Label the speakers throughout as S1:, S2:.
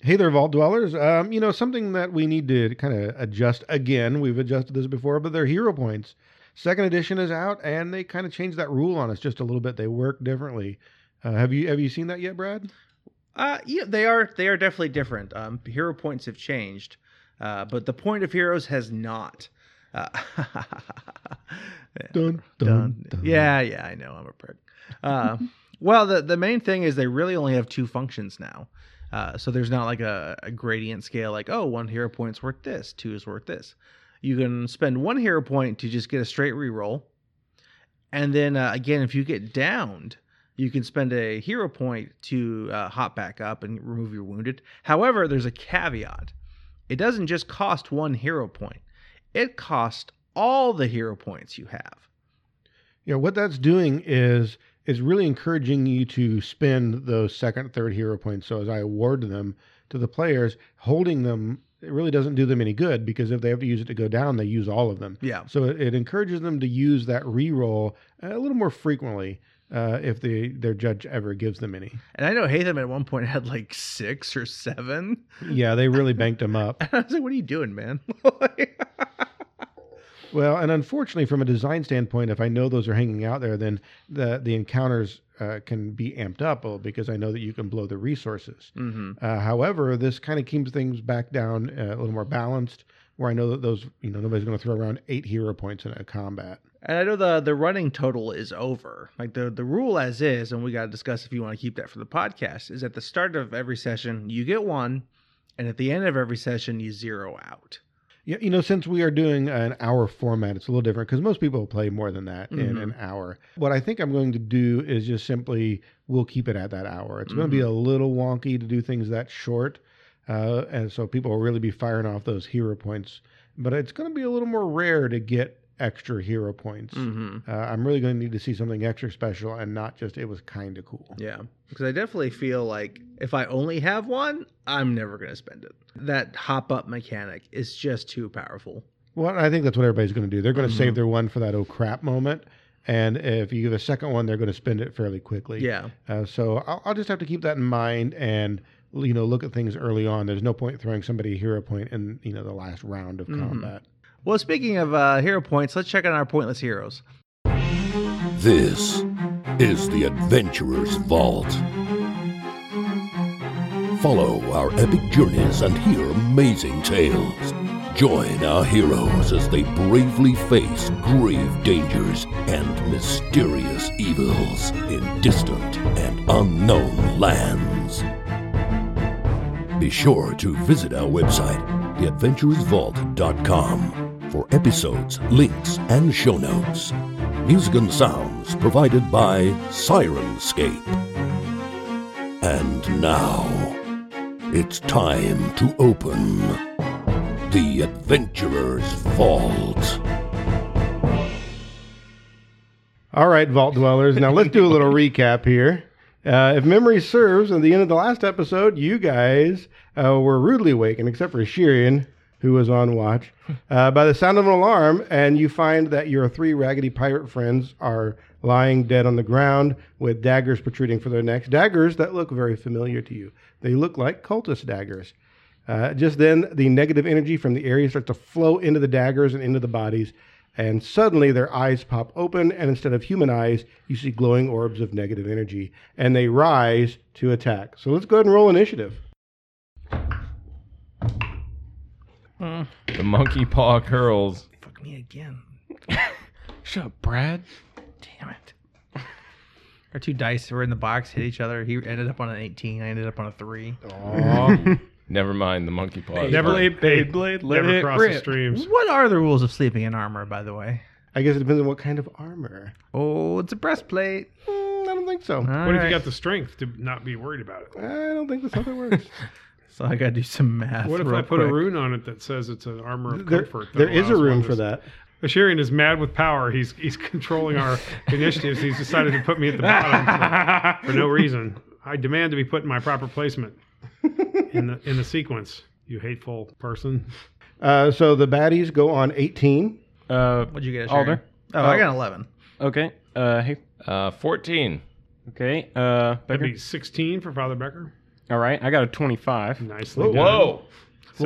S1: Hey there, Vault Dwellers. Um, you know, something that we need to kind of adjust again, we've adjusted this before, but they're hero points. Second edition is out, and they kind of changed that rule on us just a little bit. They work differently. Uh, have you have you seen that yet, Brad?
S2: Uh, yeah, they are they are definitely different. Um, hero points have changed, uh, but the point of heroes has not. Uh,
S1: Dun,
S2: done. Yeah, yeah, I know. I'm a prick. Uh, well, the the main thing is they really only have two functions now. Uh, so there's not like a, a gradient scale, like oh, one hero point's worth this, two is worth this. You can spend one hero point to just get a straight reroll, and then uh, again, if you get downed, you can spend a hero point to uh, hop back up and remove your wounded. However, there's a caveat. It doesn't just cost one hero point; it costs all the hero points you have.
S1: Yeah, what that's doing is is really encouraging you to spend those second, third hero points. So as I award them to the players, holding them it really doesn't do them any good because if they have to use it to go down, they use all of them.
S2: Yeah.
S1: So it, it encourages them to use that reroll uh, a little more frequently uh, if the their judge ever gives them any.
S2: And I know Hatham at one point had like six or seven.
S1: Yeah, they really banked them up.
S2: And I was like, what are you doing, man?
S1: Well, and unfortunately, from a design standpoint, if I know those are hanging out there, then the the encounters uh, can be amped up a little because I know that you can blow the resources.
S2: mm-hmm.
S1: Uh, however, this kind of keeps things back down uh, a little more balanced, where I know that those you know nobody's going to throw around eight hero points in a combat.
S2: And I know the the running total is over. Like the the rule as is, and we got to discuss if you want to keep that for the podcast. Is at the start of every session you get one, and at the end of every session you zero out.
S1: Yeah, you know, since we are doing an hour format, it's a little different because most people play more than that in
S2: Mhm.
S1: an hour. What I think I'm going to do is just simply we'll keep it at that hour. It's going to be a little wonky to do things that short, uh, and so people will really be firing off those hero points. But it's going to be a little more rare to get extra hero points.
S2: Mm-hmm.
S1: Uh, I'm really going to need to see something extra special and not just it was kind of cool.
S2: Yeah, because I definitely feel like if I only have one, I'm never gonna spend it. That hop up mechanic is just too powerful.
S1: Well, and I think that's what everybody's going to do. They're going to
S2: Mhm.
S1: save their one for that oh crap moment. And if you give a second one, they're going to spend it fairly quickly.
S2: Yeah.
S1: Uh, so I'll, I'll just have to keep that in mind and you know look at things early on. There's no point throwing somebody a hero point in you know the last round of
S2: Mhm.
S1: combat.
S2: Well, speaking of uh, hero points, let's check on our pointless heroes.
S3: This is the Adventurer's Vault. Follow our epic journeys and hear amazing tales. Join our heroes as they bravely face grave dangers and mysterious evils in distant and unknown lands. Be sure to visit our website, theadventurousvault.com, for episodes, links, and show notes. Music and sounds provided by Sirenscape. And now, it's time to open the Adventurer's Vault.
S1: All right, Vault Dwellers. Now let's do a little recap here. Uh, if memory serves, at the end of the last episode, you guys uh, were rudely awakened, except for Shirian, who was on watch, uh, by the sound of an alarm, and you find that your three raggedy pirate friends are lying dead on the ground with daggers protruding from their necks. Daggers that look very familiar to you. They look like cultist daggers. Uh, just then, the negative energy from the area starts to flow into the daggers and into the bodies, and suddenly their eyes pop open, and instead of human eyes, you see glowing orbs of negative energy, and they rise to attack. So let's go ahead and roll initiative.
S4: The monkey paw curls.
S2: Fuck me again.
S5: Shut up, Brad.
S2: Damn it. Our two dice were in the box, hit each other. He ended up on an 18. I ended up on a 3.
S4: Never mind the monkey paw. is
S6: Never
S4: fine.
S6: leave Beyblade. Let
S5: Never
S6: it
S5: cross
S6: rip.
S5: the streams.
S2: What are the rules of sleeping in armor, by the way?
S1: I guess it depends on what kind of armor.
S2: Oh, it's a breastplate.
S1: Mm, I don't think so.
S2: All
S5: What if
S2: right.
S5: you got the strength to not be worried about it?
S1: I don't think that's how that works.
S2: So I gotta do some math.
S5: What if
S2: real
S5: I put a
S2: quick.
S5: rune on it that says it's an armor of
S1: there
S5: comfort? that
S1: there is a
S5: allows
S1: room
S5: one
S1: for
S5: to-
S1: that.
S5: Asherian is mad with power. He's he's controlling our initiatives. He's decided to put me at the bottom for, for no reason. I demand to be put in my proper placement in the in the sequence. You hateful person.
S1: Uh, so the baddies go on 18.
S7: Uh,
S2: What'd you get?
S7: Alder.
S2: Sharon? Oh, I got an 11.
S7: okay. Uh, hey.
S4: Uh, 14.
S7: Okay. Uh,
S5: That'd
S7: Becker.
S5: be sixteen for Father Becker.
S6: uh, All right, I got a 25.
S5: Nicely done.
S4: Whoa.
S2: Well,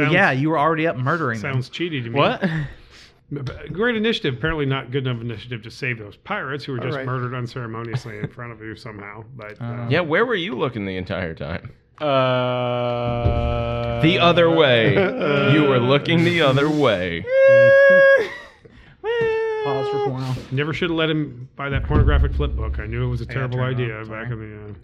S5: Sounds-
S2: yeah, you were already up murdering them.
S5: Sounds cheaty to me.
S6: What?
S5: B- b- Great initiative. Apparently, not good enough initiative to save those pirates who were just
S1: right.
S5: murdered unceremoniously in front of you somehow. But uh,
S4: Yeah, where were you looking the entire time?
S6: Uh,
S4: The other way. you were looking the other way.
S2: Pause for porno.
S5: never should have let him buy that pornographic flip book. I knew it was a terrible
S2: turn it
S5: idea
S2: off.
S5: back in the. Uh,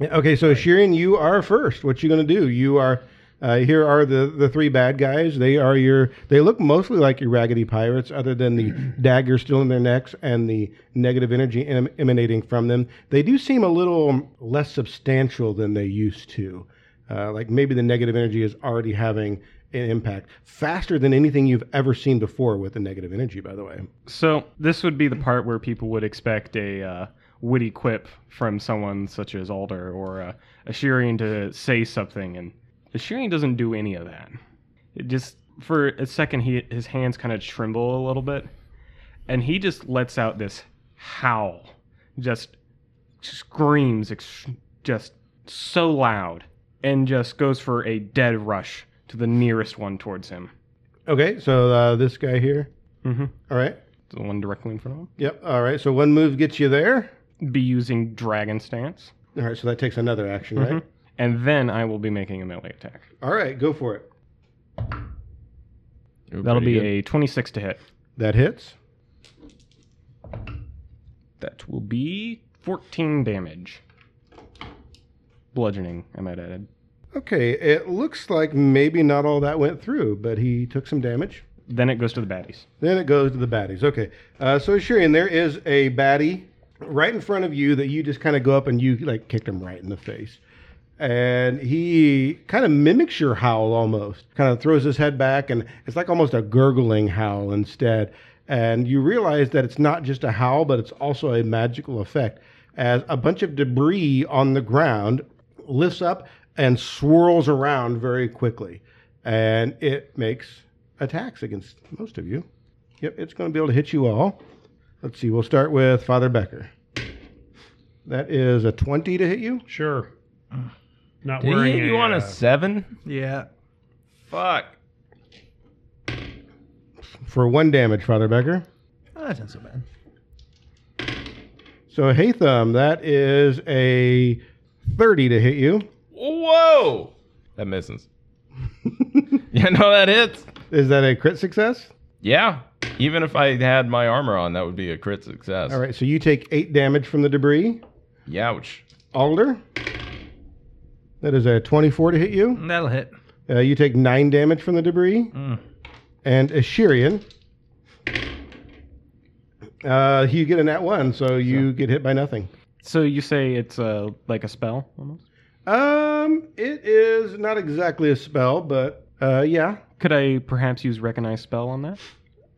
S1: Okay, so Sheeran, you are first. What you going to do? You are uh, here are the the three bad guys. They are your they look mostly like your raggedy pirates, other than the dagger still in their necks and the negative energy em- emanating from them. They do seem a little less substantial than they used to. Uh, like maybe the negative energy is already having an impact faster than anything you've ever seen before with the negative energy. By the way,
S6: So this would be the part where people would expect a uh, witty quip from someone such as Alder or uh, Ashirian to say something, and Ashirian doesn't do any of that. It just for a second, he his hands kind of tremble a little bit, and he just lets out this howl, just screams, ex- just so loud, and just goes for a dead rush to the nearest one towards him.
S1: okay, so uh, this guy here.
S6: Mm-hmm.
S1: All right.
S6: The one directly in front of him.
S1: Yep. All right. So one move gets you there.
S6: be using dragon stance,
S1: All right, so that takes another action, right?
S6: and then I will be making a melee attack.
S1: All right, go for it.
S4: You were
S6: That'll
S4: pretty good.
S6: be a 26 to hit.
S1: That hits.
S6: That will be 14 damage. Bludgeoning, I might add.
S1: Okay, it looks like maybe not all that went through, but he took some damage.
S6: Then it goes to the baddies.
S1: Then it goes to the baddies. Okay, uh, so Shurian, there is a baddie right in front of you that you just kind of go up and you like kicked him right in the face, and he kind of mimics your howl almost. Kind of throws his head back, and it's like almost a gurgling howl instead. And you realize that it's not just a howl, but it's also a magical effect as a bunch of debris on the ground lifts up and swirls around very quickly, and it makes attacks against most of you. Yep, it's going to be able to hit you all. Let's see, we'll start with Father Becker. That is a 20 to hit you.
S5: sure. Not
S4: Did he
S5: wearing
S4: hit
S5: a,
S4: you on
S5: uh,
S4: a seven?
S2: Yeah.
S4: Fuck.
S1: For one damage, Father Becker.
S2: Oh, that's not so bad.
S1: So, Hey Thumb, that is a 30 to hit you.
S4: Whoa. That misses. yeah, no, that hits.
S1: Is that a crit success?
S4: Yeah. Even if I had my armor on, that would be a crit success.
S1: All right, so you take eight damage from the debris.
S4: Youch.
S1: Alder, that is a 24 to hit you.
S2: That'll hit.
S1: Uh, you take nine damage from the debris.
S2: Mm.
S1: And Ashirian. Uh, you get a nat one, so you get hit by nothing.
S6: So you say it's uh, like a spell almost?
S1: Um, it is not exactly a spell, but uh, yeah.
S6: Could I perhaps use recognize spell on that?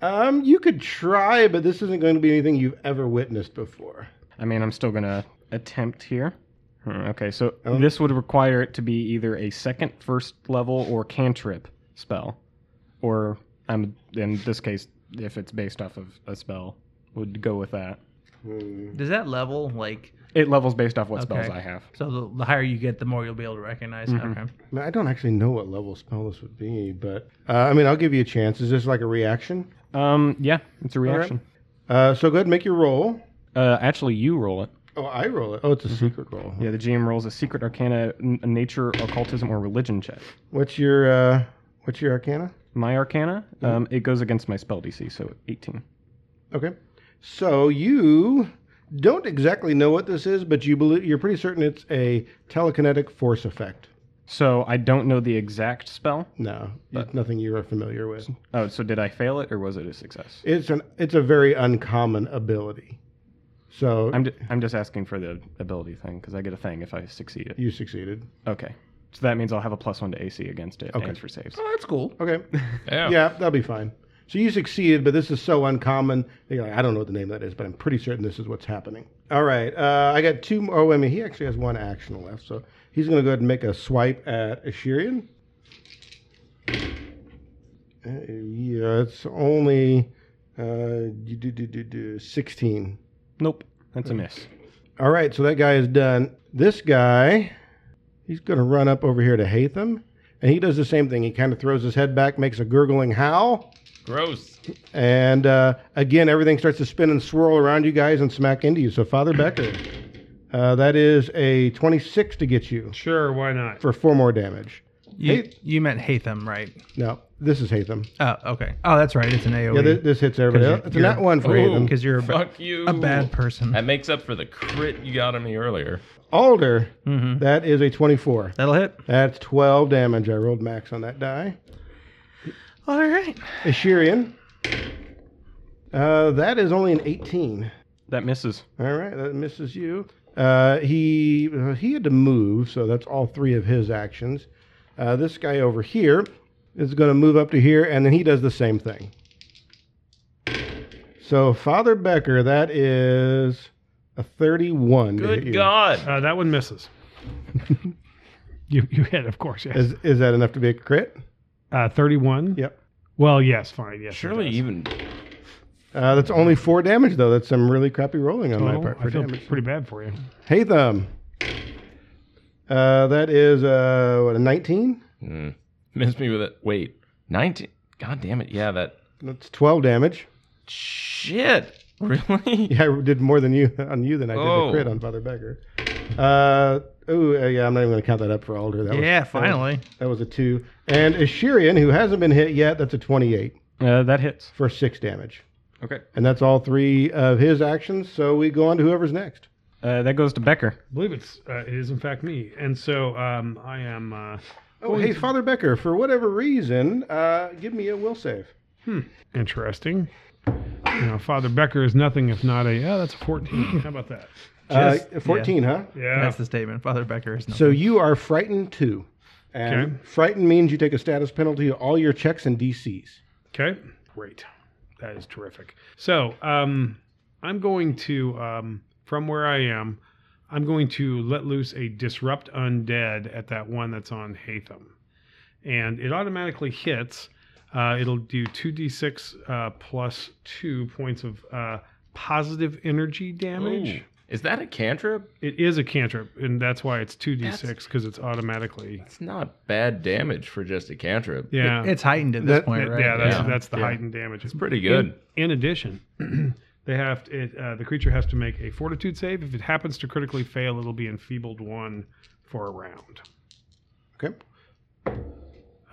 S1: Um, you could try, but this isn't going to be anything you've ever witnessed before.
S6: I mean, I'm still going to attempt here. Hmm, Okay, so
S1: Oh.
S6: this would require it to be either a second first level or cantrip spell. Or, I'm in this case, if it's based off of a spell, would go with that.
S2: Does that level like
S6: It levels based off what spells
S2: Okay.
S6: I have.
S2: so? The, the higher you get, the more you'll be able to recognize. Okay.
S1: I, mean, I don't actually know what level spell this would be, but uh, I mean, I'll give you a chance. Is this like a reaction?
S6: Um, yeah, it's a
S1: right.
S6: reaction.
S1: Uh, so go ahead and make your roll.
S6: Uh, actually, you roll it.
S1: Oh, I roll it. Oh, it's a secret roll.
S6: Yeah, the GM rolls a secret arcana, n- nature, occultism, or religion check.
S1: What's your uh, what's your arcana?
S6: My arcana, um, it goes against my spell DC, so 18.
S1: Okay. So you don't exactly know what this is, but you believe you're pretty certain it's a telekinetic force effect.
S6: So I don't know the exact spell.
S1: No, it's nothing you are familiar with.
S6: Oh, so did I fail it or was it a success?
S1: It's an it's a very uncommon ability. So
S6: I'm, d- I'm just asking for the ability thing because I get a thing if I succeed it.
S1: you succeeded.
S6: Okay. So that means I'll have a plus one to AC against it
S1: Okay.
S6: and for saves.
S2: Oh, that's cool.
S1: Okay.
S4: Yeah.
S1: yeah, that'll be fine. So you succeeded, but this is so uncommon. that You're like, I don't know what the name of that is, but I'm pretty certain this is what's happening. All right. Uh, I got two more. Oh, wait a minute. He actually has one action left. So he's going to go ahead and make a swipe at Ashirian. Uh, yeah, it's only uh, do, do, do, do, do, 16.
S6: Nope. That's a miss.
S1: All right, so that guy is done. This guy He's going to run up over here to Hatham. And he does the same thing. He kind of throws his head back, makes a gurgling howl.
S4: Gross.
S1: And uh, again, everything starts to spin and swirl around you guys and smack into you. So, Father Becker, uh, that is a 26 to get you
S5: Sure, why not?
S1: for four more damage.
S2: You,
S1: Hey-
S2: you meant Hatham, right?
S1: No, this is Hatham.
S2: Oh, okay. Oh, that's right. It's an AOE.
S1: Yeah, this, this hits everybody.
S2: 'Cause
S1: It's
S2: you're-
S1: not one for
S4: you're-
S1: Hatham.
S2: because you're a, ba-
S4: Fuck you.
S2: a bad person.
S4: That makes up for the crit you got on me earlier.
S1: Alder,
S2: Mhm.
S1: that is a 24.
S2: That'll hit.
S1: That's 12 damage. I rolled max on that die.
S2: All right.
S1: Ashirian. Uh, that is only an 18.
S6: That misses.
S1: All right, that misses you. Uh, he uh, he had to move, so that's all three of his actions. Uh, this guy over here is going to move up to here, and then he does the same thing. So Father Becker, that is a 31. to hit
S4: Good
S1: you.
S4: God.
S5: Uh, that one misses. you you hit, of course. Yes.
S1: Is is that enough to be a crit?
S5: Uh, Thirty-one.
S1: Yep.
S5: Well, yes, fine. Yes. it
S4: Surely
S5: does.
S4: even
S1: Uh, that's only four damage though. That's some really crappy rolling on my
S5: Well,
S1: part
S5: I
S1: for
S5: feel
S1: damage.
S5: pretty bad for you.
S1: Hey thumb. Uh, that is uh, what a 19.
S4: mm, missed me with it. Wait, nineteen. God damn it. Yeah, that
S1: That's 12 damage.
S4: shit. Really?
S1: Yeah, I did more than you on you than I did the
S4: Oh.
S1: crit on Father Becker. Uh, ooh, uh, yeah, I'm not even going to count that up for Alder. That
S2: yeah,
S1: was,
S2: finally.
S1: that was a two. And Ashirian, who hasn't been hit yet, that's a 28
S6: Uh, that hits.
S1: for six damage,
S6: Okay.
S1: and that's all three of his actions. So we go on to whoever's next.
S6: Uh, that goes to Becker.
S5: I believe it's uh, it is in fact me, and so um, I am. Uh,
S1: Oh, hey, Father Becker, for whatever reason, uh, give me a will save.
S5: interesting. You know, Father Becker is nothing if not a. Yeah, that's a fourteen. How about that?
S1: uh, 14, huh?
S5: Yeah.
S2: That's the statement. Father Becker is no.
S1: So you are frightened two, and
S5: Okay.
S1: frightened means you take a status penalty to all your checks and DCs.
S5: Okay. Great. That is terrific. So, um, I'm going to, um, from where I am, I'm going to let loose a disrupt undead at that one that's on Hatham. And it automatically hits. Uh, it'll do 2d6 uh, plus 2 points of uh, positive energy damage.
S4: Ooh. Is that a cantrip?
S5: It is a cantrip, and that's why it's 2d6 because it's automatically.
S4: It's not bad damage for just a cantrip.
S5: Yeah.
S2: It's heightened at this
S1: That-
S2: point, right?
S5: Yeah, that's,
S4: Yeah.
S5: that's the heightened damage.
S4: It's pretty good.
S5: In, in addition, they have to, it, uh, the creature has to make a fortitude save. If it happens to critically fail, it'll be enfeebled one for a round.
S1: Okay.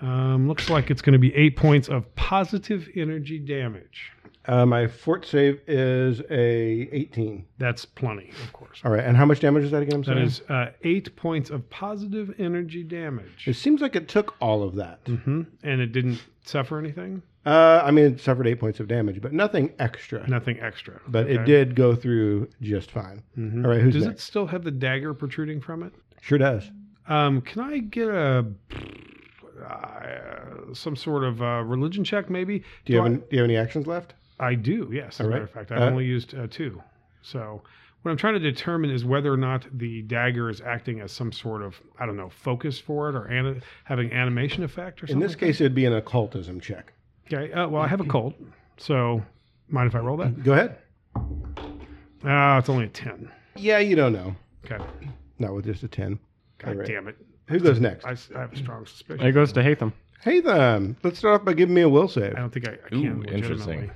S5: Um, looks like it's going to be eight points of positive energy damage.
S1: Uh, my fort save is a 18.
S5: That's plenty, of course.
S1: All right, and how much damage is that again? I'm
S5: That
S1: sorry?
S5: is uh, eight points of positive energy damage.
S1: It seems like it took all of that.
S5: hmm And it didn't suffer anything?
S1: Uh, I mean, it suffered eight points of damage, but nothing extra.
S5: Nothing extra.
S1: But it
S5: Okay.
S1: did go through just fine.
S5: Mhm.
S1: All right, who's
S5: Does
S1: next?
S5: it still have the dagger protruding from it?
S1: Sure does.
S5: Um, can I get a uh, some sort of uh, religion check, maybe?
S1: Do you
S5: I,
S1: have any, do you have any actions left?
S5: I do. Yes. As a
S1: All
S5: matter
S1: right.
S5: of fact, I've
S1: Uh,
S5: only used uh, two. So what I'm trying to determine is whether or not the dagger is acting as some sort of I don't know focus for it or an, having animation effect or
S1: In
S5: something.
S1: this Mm-hmm. case, it'd be an occultism check.
S5: okay. Uh, well, I have a colt, so mind if I roll that?
S1: Go ahead. Mm-hmm.
S5: Ah, it's only a ten.
S1: Yeah, you don't know.
S5: Okay.
S1: Not with just a 10. All
S5: God
S1: right.
S5: damn it!
S1: Who goes next?
S5: I, s- I have a strong suspicion.
S6: It goes to Hatham.
S1: Hey, then. Let's start off by giving me a will save.
S5: I don't think I, I can.
S4: Ooh,
S5: legitimately.
S4: interesting.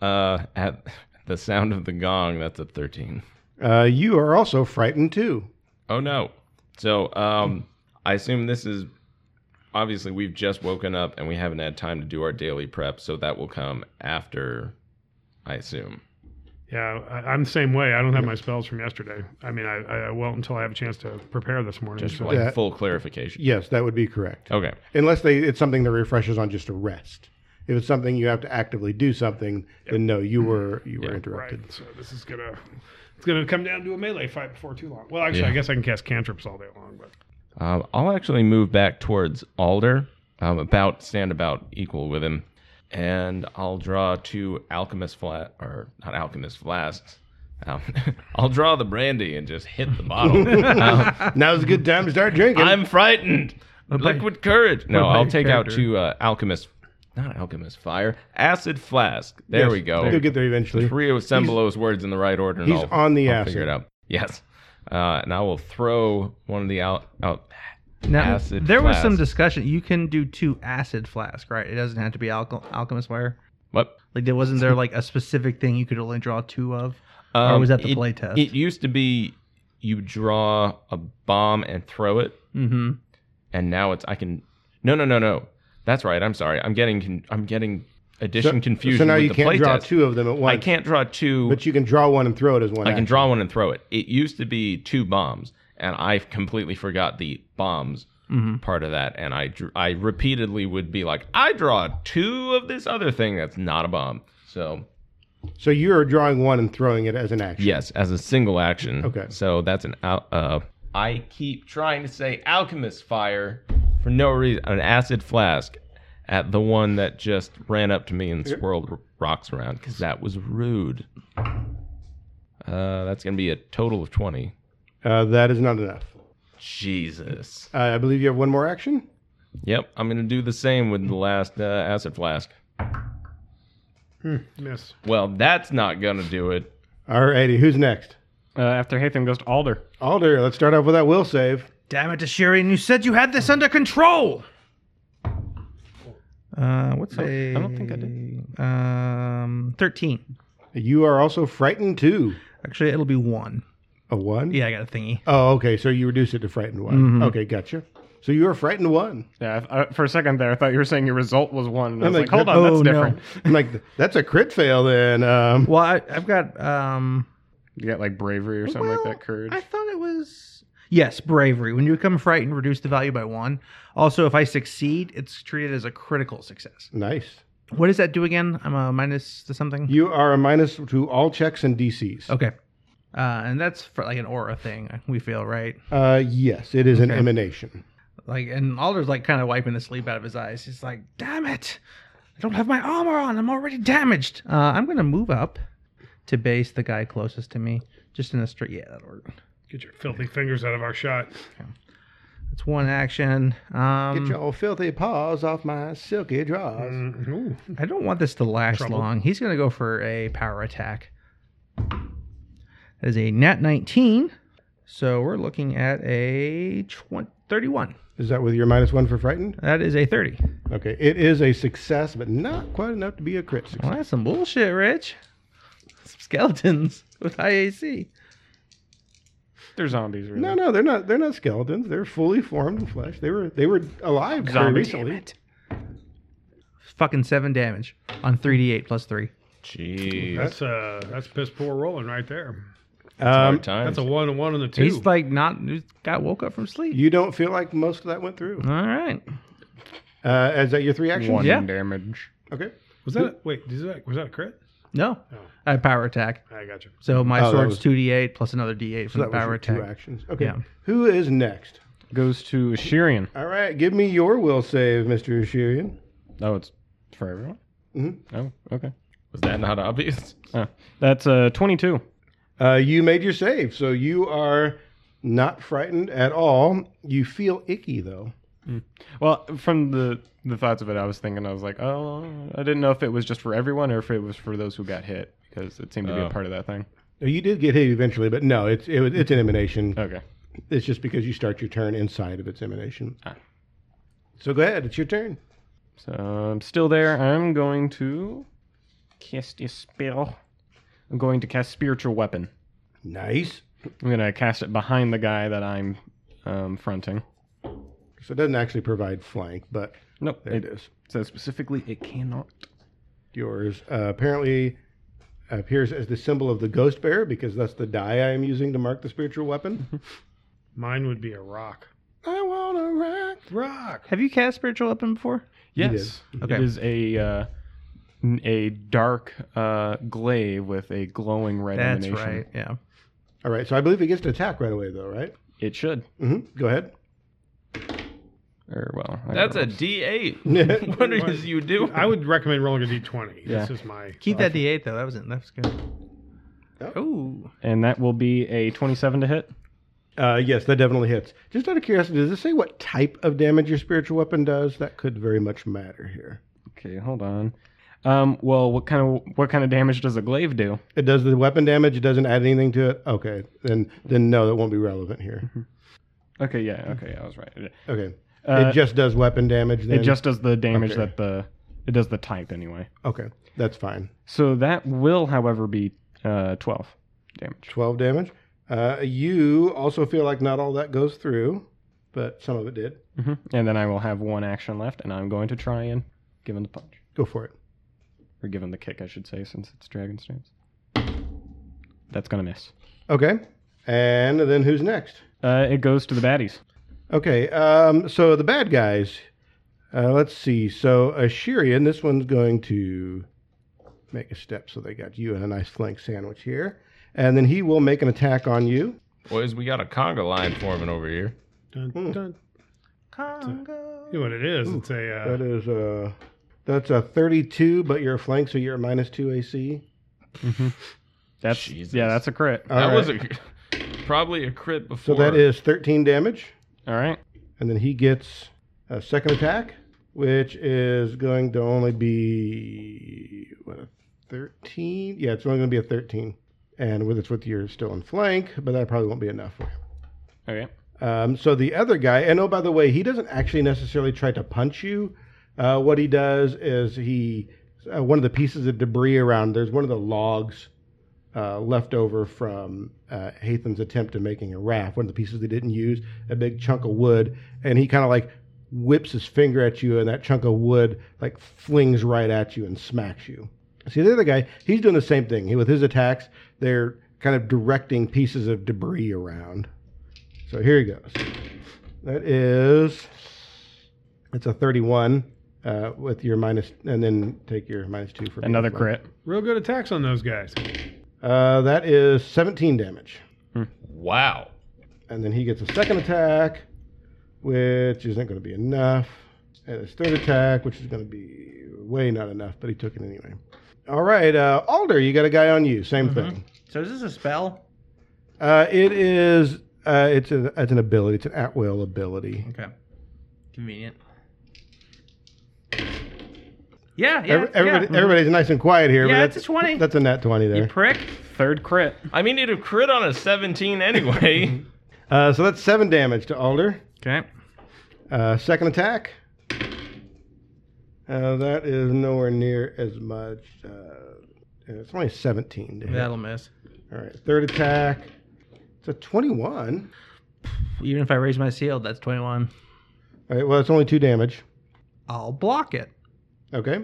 S4: Uh, at the sound of the gong, that's a thirteen.
S1: Uh, you are also frightened, too.
S4: Oh no. So, um, I assume this is obviously we've just woken up and we haven't had time to do our daily prep, so that will come after. I assume.
S5: Yeah, I, I'm the same way. I don't have my spells from yesterday. I mean, I, I, I won't until I have a chance to prepare this morning.
S4: Just
S5: so-
S4: like
S1: Yeah.
S4: full clarification.
S1: Yes, that would be correct.
S4: Okay.
S1: Unless they, it's something that refreshes on just a rest. If it's something you have to actively do something, then no, you were you were
S4: Mm-hmm. Yeah,
S1: interrupted.
S5: right. So this is gonna it's gonna come down to a melee fight before too long. Well, actually, I
S4: Yeah.
S5: guess I can cast cantrips all day long, but
S4: Um, I'll actually move back towards Alder, um, about stand about equal with him, and I'll draw two alchemist flat or not alchemist flasks. Um, I'll draw the brandy and just hit the bottle. Um,
S1: Now's a good time to start drinking.
S4: I'm frightened.
S2: about-
S4: Liquid courage. No,
S2: about
S4: I'll
S2: your
S4: take out
S2: character?
S4: two uh, alchemist, not alchemist fire, acid flask. There we go.
S1: You'll get there eventually.
S4: Three of Sembolo's words in the right order. And
S1: he's
S4: I'll,
S1: on the
S4: I'll
S1: acid.
S4: Figure it out. Yes. Uh, and I will throw one of the out, out
S2: Now
S4: Acid
S2: there was some
S4: flask.
S2: discussion. You can do two acid flask, right? It doesn't have to be alchel- alchemist wire.
S4: What?
S2: Like there wasn't there like a specific thing you could only draw two of?
S4: Um,
S2: was Oh, that the
S4: it-
S2: play test?
S4: It used to be you draw a bomb and throw it,
S2: Mm-hmm.
S4: and now it's I can. No, no, no, no. That's right. I'm sorry. I'm getting con- I'm getting addition confusion.
S1: So now
S4: with
S1: you
S4: the
S1: can't
S4: play
S1: draw
S4: test.
S1: two of them at once.
S4: I can't draw two.
S1: But you can draw one and throw it as one.
S4: I can
S1: action.
S4: draw one and throw it. It used to be two bombs, and I completely forgot the bombs
S2: Mm-hmm.
S4: part of that. And I dr- I repeatedly would be like, I draw two of this other thing that's not a bomb. So
S1: So you're drawing one and throwing it as an action.
S4: yes, as a single action.
S1: Okay.
S4: So that's an al- uh. I keep trying to say alchemist fire for no reason. An acid flask at the one that just ran up to me and swirled r- rocks around because that was rude. Uh, that's gonna be a total of twenty.
S1: Uh, that is not enough.
S4: Jesus.
S1: Uh, I believe you have one more action.
S4: Yep, I'm gonna do the same with the last uh, acid flask.
S5: Miss.
S4: Well, that's not gonna do it.
S1: Alrighty, who's next?
S6: Uh, after Hatham goes to Alder.
S1: Alder, let's start off with that will save.
S2: Damn it, Assyrian! You said you had this under control. Uh, what's
S6: I
S2: a?
S6: don't- I don't think I
S2: did. Um, thirteen.
S1: You are also frightened too.
S2: Actually, it'll be one.
S1: A one?
S2: Yeah, I got a thingy.
S1: Oh, okay. So you reduce it to frightened one.
S2: Mhm.
S1: Okay, gotcha. So you are frightened one.
S6: Yeah, I, I, for a second there, I thought you were saying your result was one. And I
S1: I'm
S6: was like,
S1: like,
S6: hold on,
S2: oh,
S6: that's
S2: no.
S6: different.
S1: I'm like, that's a crit fail then. Um,
S2: Well, I, I've got um.
S6: You got like bravery or something
S2: Well,
S6: like that, courage.
S2: I thought it was yes, bravery. When you become frightened, reduce the value by one. Also, if I succeed, it's treated as a critical success.
S1: nice.
S2: What does that do again? I'm a minus to something.
S1: You are a minus to all checks and DCs.
S2: okay, uh, and that's for like an aura thing. We feel right.
S1: Uh, yes, it is an
S2: Okay.
S1: emanation.
S2: Like, and Alder's like kind of wiping the sleep out of his eyes. He's like, "Damn it, I don't have my armor on. I'm already damaged." Uh, I'm gonna move up to base the guy closest to me, just in a straight. Yeah, that'll work.
S5: Get your filthy fingers out of our shot.
S2: That's one action. Um,
S1: Get your filthy paws off my silky drawers.
S5: Mm, ooh.
S2: I don't want this to last
S5: Trouble.
S2: long. He's going to go for a power attack. That is a nat 19. So we're looking at a 20, 31.
S1: Is that with your minus one for frightened?
S2: That is a 30.
S1: Okay, it is a success, but not quite enough to be a crit success.
S2: Well, that's some bullshit, Rich. Some skeletons with high AC.
S6: They're zombies, really.
S1: No, no, they're not. They're not skeletons. They're fully formed in flesh. They were they were alive very
S6: Zombies.
S1: recently.
S2: Fucking 7 damage on 3d8 plus 3.
S4: Jeez.
S5: That's uh that's piss poor rolling right there.
S1: Um,
S4: Hard times.
S5: That's a one and one and a two.
S2: He's like not, he got woke up from sleep.
S1: you don't feel like most of that went through.
S2: All right.
S1: Uh, is that your three actions?
S6: One
S2: Yeah.
S6: damage.
S1: Okay.
S5: was that a, wait, is that was that a crit?
S2: No.
S5: Oh.
S2: I had power attack.
S5: I got you.
S2: So my
S1: Oh, that
S2: sword's
S1: was-
S2: 2d8 plus another d8
S1: So
S2: from the
S1: that was
S2: power
S1: your two
S2: attack.
S1: actions. Okay.
S2: Yeah.
S1: Who is next?
S6: Goes to Ashirian.
S1: All right. Give me your will save, Mister Ashirian.
S6: Oh, it's for everyone?
S1: Mhm.
S2: Mm-hmm.
S6: Oh, okay.
S4: Was that not obvious?
S6: Oh, that's uh, 22.
S1: Uh, you made your save, so you are not frightened at all. You feel icky though.
S6: Well, from the the thoughts of it, I was thinking, I was like, oh, I didn't know if it was just for everyone or if it was for those who got hit because it seemed to be
S4: Oh.
S6: a part of that thing.
S1: Now, You did get hit eventually, but no, it's it, was- it's an emanation.
S6: Okay.
S1: It's just because you start your turn inside of its emanation.
S6: Ah.
S1: So go ahead. It's your turn.
S6: So I'm still there. I'm going to cast a spell. I'm going to cast spiritual weapon.
S1: Nice.
S6: I'm gonna cast it behind the guy that I'm um, fronting.
S1: So it doesn't actually provide flank, but
S6: Nope,
S1: there it
S6: it
S1: is.
S6: says specifically it cannot.
S1: Yours uh, apparently appears as the symbol of the ghost bear because that's the die I am using to mark the spiritual weapon.
S5: Mine would be a rock.
S1: I want to rock.
S5: Rock.
S2: Have you cast spiritual weapon before?
S6: Yes,
S2: Okay.
S6: it is a uh, n- a dark uh, glaive with a glowing red
S2: That's
S6: emanation.
S2: right. Yeah.
S1: All right. So I believe it gets to attack right away, though, right?
S6: It should.
S1: hmm Go ahead.
S6: Or well, I
S4: That's a
S6: don't know.
S4: D8.
S1: yeah.
S4: What are you doing?
S5: I would recommend rolling a D twenty.
S6: Yeah.
S5: This is my
S2: Keep that D8 though. That was it. That was good.
S1: Oh.
S2: Ooh.
S6: and that will be a 27 to hit.
S1: Uh, yes, that definitely hits. Just out of curiosity, does it say what type of damage your spiritual weapon does? That could very much matter here.
S6: Okay, hold on. Um, well, what kind of what kind of damage does a glaive do?
S1: It does the weapon damage. It doesn't add anything to it. Okay, then then no, that won't be relevant here.
S6: Okay, yeah, okay, I was right. It,
S1: Okay.
S6: Mm-hmm. Uh,
S1: it just does weapon damage. Then?
S6: it just does the damage
S1: Okay.
S6: that the it does the type anyway.
S1: okay. That's fine.
S6: So that will, however, be uh, twelve damage.
S1: Twelve damage. Uh, you also feel like not all that goes through, but some of it did.
S6: hmm And then I will have one action left, and I'm going to try and give him the punch
S1: Go for it.
S6: or give him the kick, I should say, since it's dragon stance. That's gonna miss.
S1: Okay. And then who's next?
S6: Uh, it goes to the baddies.
S1: Okay, um, so the bad guys. Uh, let's see. So Ashirian, this one's going to make a step. So they got you in a nice flank sandwich here, and then he will make an attack on you.
S4: Boys, we got a conga line forming over here.
S5: Dun,
S1: Hmm.
S5: dun.
S2: Congo.
S5: You know what it is? It's a.
S1: That
S5: Uh,
S1: is a that's a thirty-two, but you're a flank, so you're a minus two AC.
S6: That's
S4: Jesus.
S6: yeah, that's a crit.
S1: All
S4: that
S1: right.
S4: was a, probably a crit
S1: so
S4: before.
S1: that is thirteen damage,
S6: All right.
S1: and then he gets a second attack, which is going to only be what a thirteen. Yeah, it's only going to be a thirteen. And with it's with your still in flank, but that probably won't be enough for him.
S6: Okay.
S1: Um, so the other guy, and oh, by the way, he doesn't actually necessarily try to punch you. Uh, what he does is he, uh, one of the pieces of debris around, there's one of the logs uh, left over from uh, Hathan's attempt at making a raft, one of the pieces they didn't use, a big chunk of wood, and he kind of like whips his finger at you, and that chunk of wood like flings right at you and smacks you. See, the other guy, he's doing the same thing. He, with his attacks, they're kind of directing pieces of debris around. So here he goes. That is, it's a 31 uh, with your minus, and then take your minus two for being
S6: Another
S1: flanked.
S6: crit.
S5: real good attacks on those guys.
S1: Uh, that is 17 damage.
S4: wow.
S1: And then he gets a second attack, which isn't going to be enough. And his third attack, which is going to be way not enough, but he took it anyway. All right, uh, Alder, you got a guy on you. Same thing.
S7: So is this a spell?
S1: Uh, it is. Uh, it's, a, it's an ability. It's an at will ability.
S7: Okay. Convenient. Yeah, yeah,
S1: Every- everybody,
S2: Mm-hmm.
S7: yeah.
S1: Everybody's nice and quiet here.
S7: Yeah,
S1: but
S7: it's a
S1: that's
S7: 20.
S1: That's a net twenty
S7: You
S1: there.
S7: prick.
S6: Third crit.
S4: I mean, it'd have crit on a 17 anyway.
S1: Uh, so that's seven damage to Alder.
S2: Okay.
S1: Uh, second attack. Uh, that is nowhere near as much. Uh, it's only 17 to hit.
S2: That'll miss.
S1: All right. Third attack. It's a 21.
S2: Even if I raise my shield, that's 21.
S1: All right. Well, it's only two damage.
S2: I'll block it.
S1: Okay.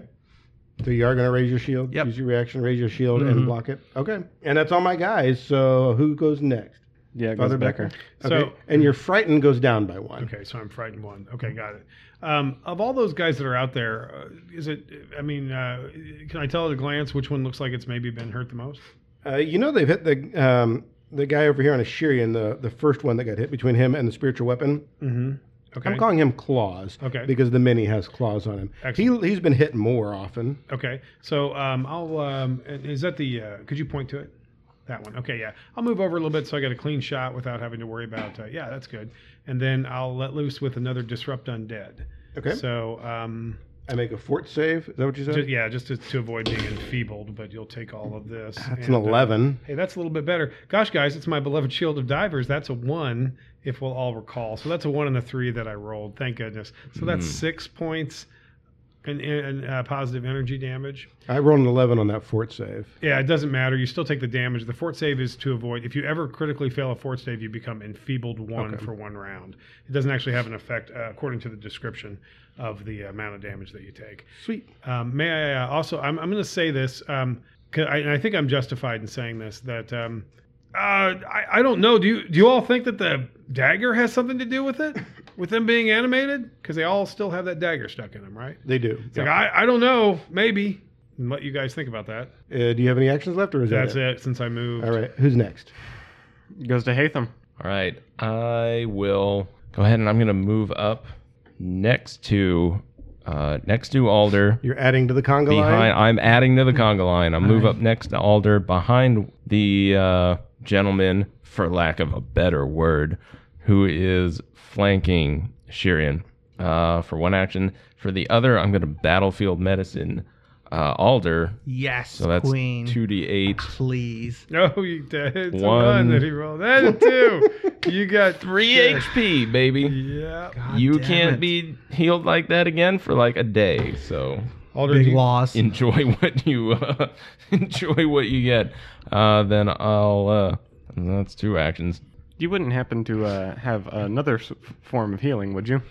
S1: So you are going to raise your shield.
S2: Yep.
S1: Use your reaction, raise your shield,
S2: Mhm.
S5: Mm-hmm.
S1: and block it. Okay. And that's all my guys. So who goes next?
S6: Yeah, it goes
S1: Father
S6: Becker.
S1: Becker.
S5: So-
S1: okay. and your frightened goes down by one.
S5: Okay, so I'm frightened one.
S1: Mm-hmm.
S5: Okay, got it. Um, of all those guys that are out there, uh, is it? I mean, uh, can I tell at a glance which one looks like it's maybe been hurt the most?
S1: Uh, you know they've hit the um, the guy over here on Ashirian, the the first one that got hit between him and the spiritual weapon.
S5: Mm-hmm. Okay.
S1: I'm calling him Claws.
S5: Okay.
S1: Because the mini has claws on him.
S5: Excellent.
S1: He he's been hit more often.
S5: Okay, so um, I'll. Um, and is that the? Uh, could you point to it? That one. Okay, yeah. I'll move over a little bit so I got a clean shot without having to worry about. Uh, yeah, that's good. And then I'll let loose with another disrupt undead.
S1: Okay.
S5: So um,
S1: I make a fort save. Is that what you said?
S5: ju- yeah, just to, to avoid being enfeebled, but you'll take all of this.
S1: That's an
S5: And, uh,
S1: eleven.
S5: Hey, that's a little bit better. Gosh, guys, it's my beloved Shield of Divers. That's a one, if we'll all recall. So that's a one in the three that I rolled. Thank goodness. So that's
S4: Mm.
S5: six points and, and uh, positive energy damage.
S1: I rolled an eleven on that fort save.
S5: Yeah, it doesn't matter. You still take the damage. The fort save is to avoid. If you ever critically fail a fort save, you become enfeebled one
S1: Okay.
S5: for one round. It doesn't actually have an effect uh, according to the description of the amount of damage that you take.
S1: Sweet.
S5: Um, may I uh, also? I'm, I'm going to say this. Um, 'cause I, and I think I'm justified in saying this. That um, uh, I, I don't know. Do you do you all think that the dagger has something to do with it, with them being animated? Because they all still have that dagger stuck in them, right?
S1: They do.
S5: It's like I, I don't know. Maybe. And let you guys think about that.
S1: Uh, do you have any actions left, or is
S5: That's
S1: that
S5: it. Since I moved.
S1: All right. Who's next?
S6: It goes to Hatham.
S4: All right. I will go ahead and I'm going to move up next to uh, next to Alder.
S1: You're adding to the conga
S4: Behind,
S1: line.
S4: I'm adding to the conga line. I'll move up next to Alder behind the uh, gentleman, for lack of a better word, who is flanking Shirian uh, for one action. For the other, I'm going to battlefield medicine uh, Alder.
S2: Yes,
S4: So that's
S2: queen.
S4: two d eight.
S2: Please.
S5: No, Oh, you did. It's a
S4: One.
S5: one that he rolled. That a two. you got
S4: Three
S5: shit.
S4: HP, baby.
S5: Yeah.
S4: you
S2: damn
S4: can't
S2: it.
S4: be healed like that again for like a day. So
S5: Alder,
S2: Big
S5: do you-
S2: loss.
S4: enjoy what you uh, enjoy what you get. Uh, then I'll. Uh, that's two actions.
S6: You wouldn't happen to uh, have another s- form of healing, would you?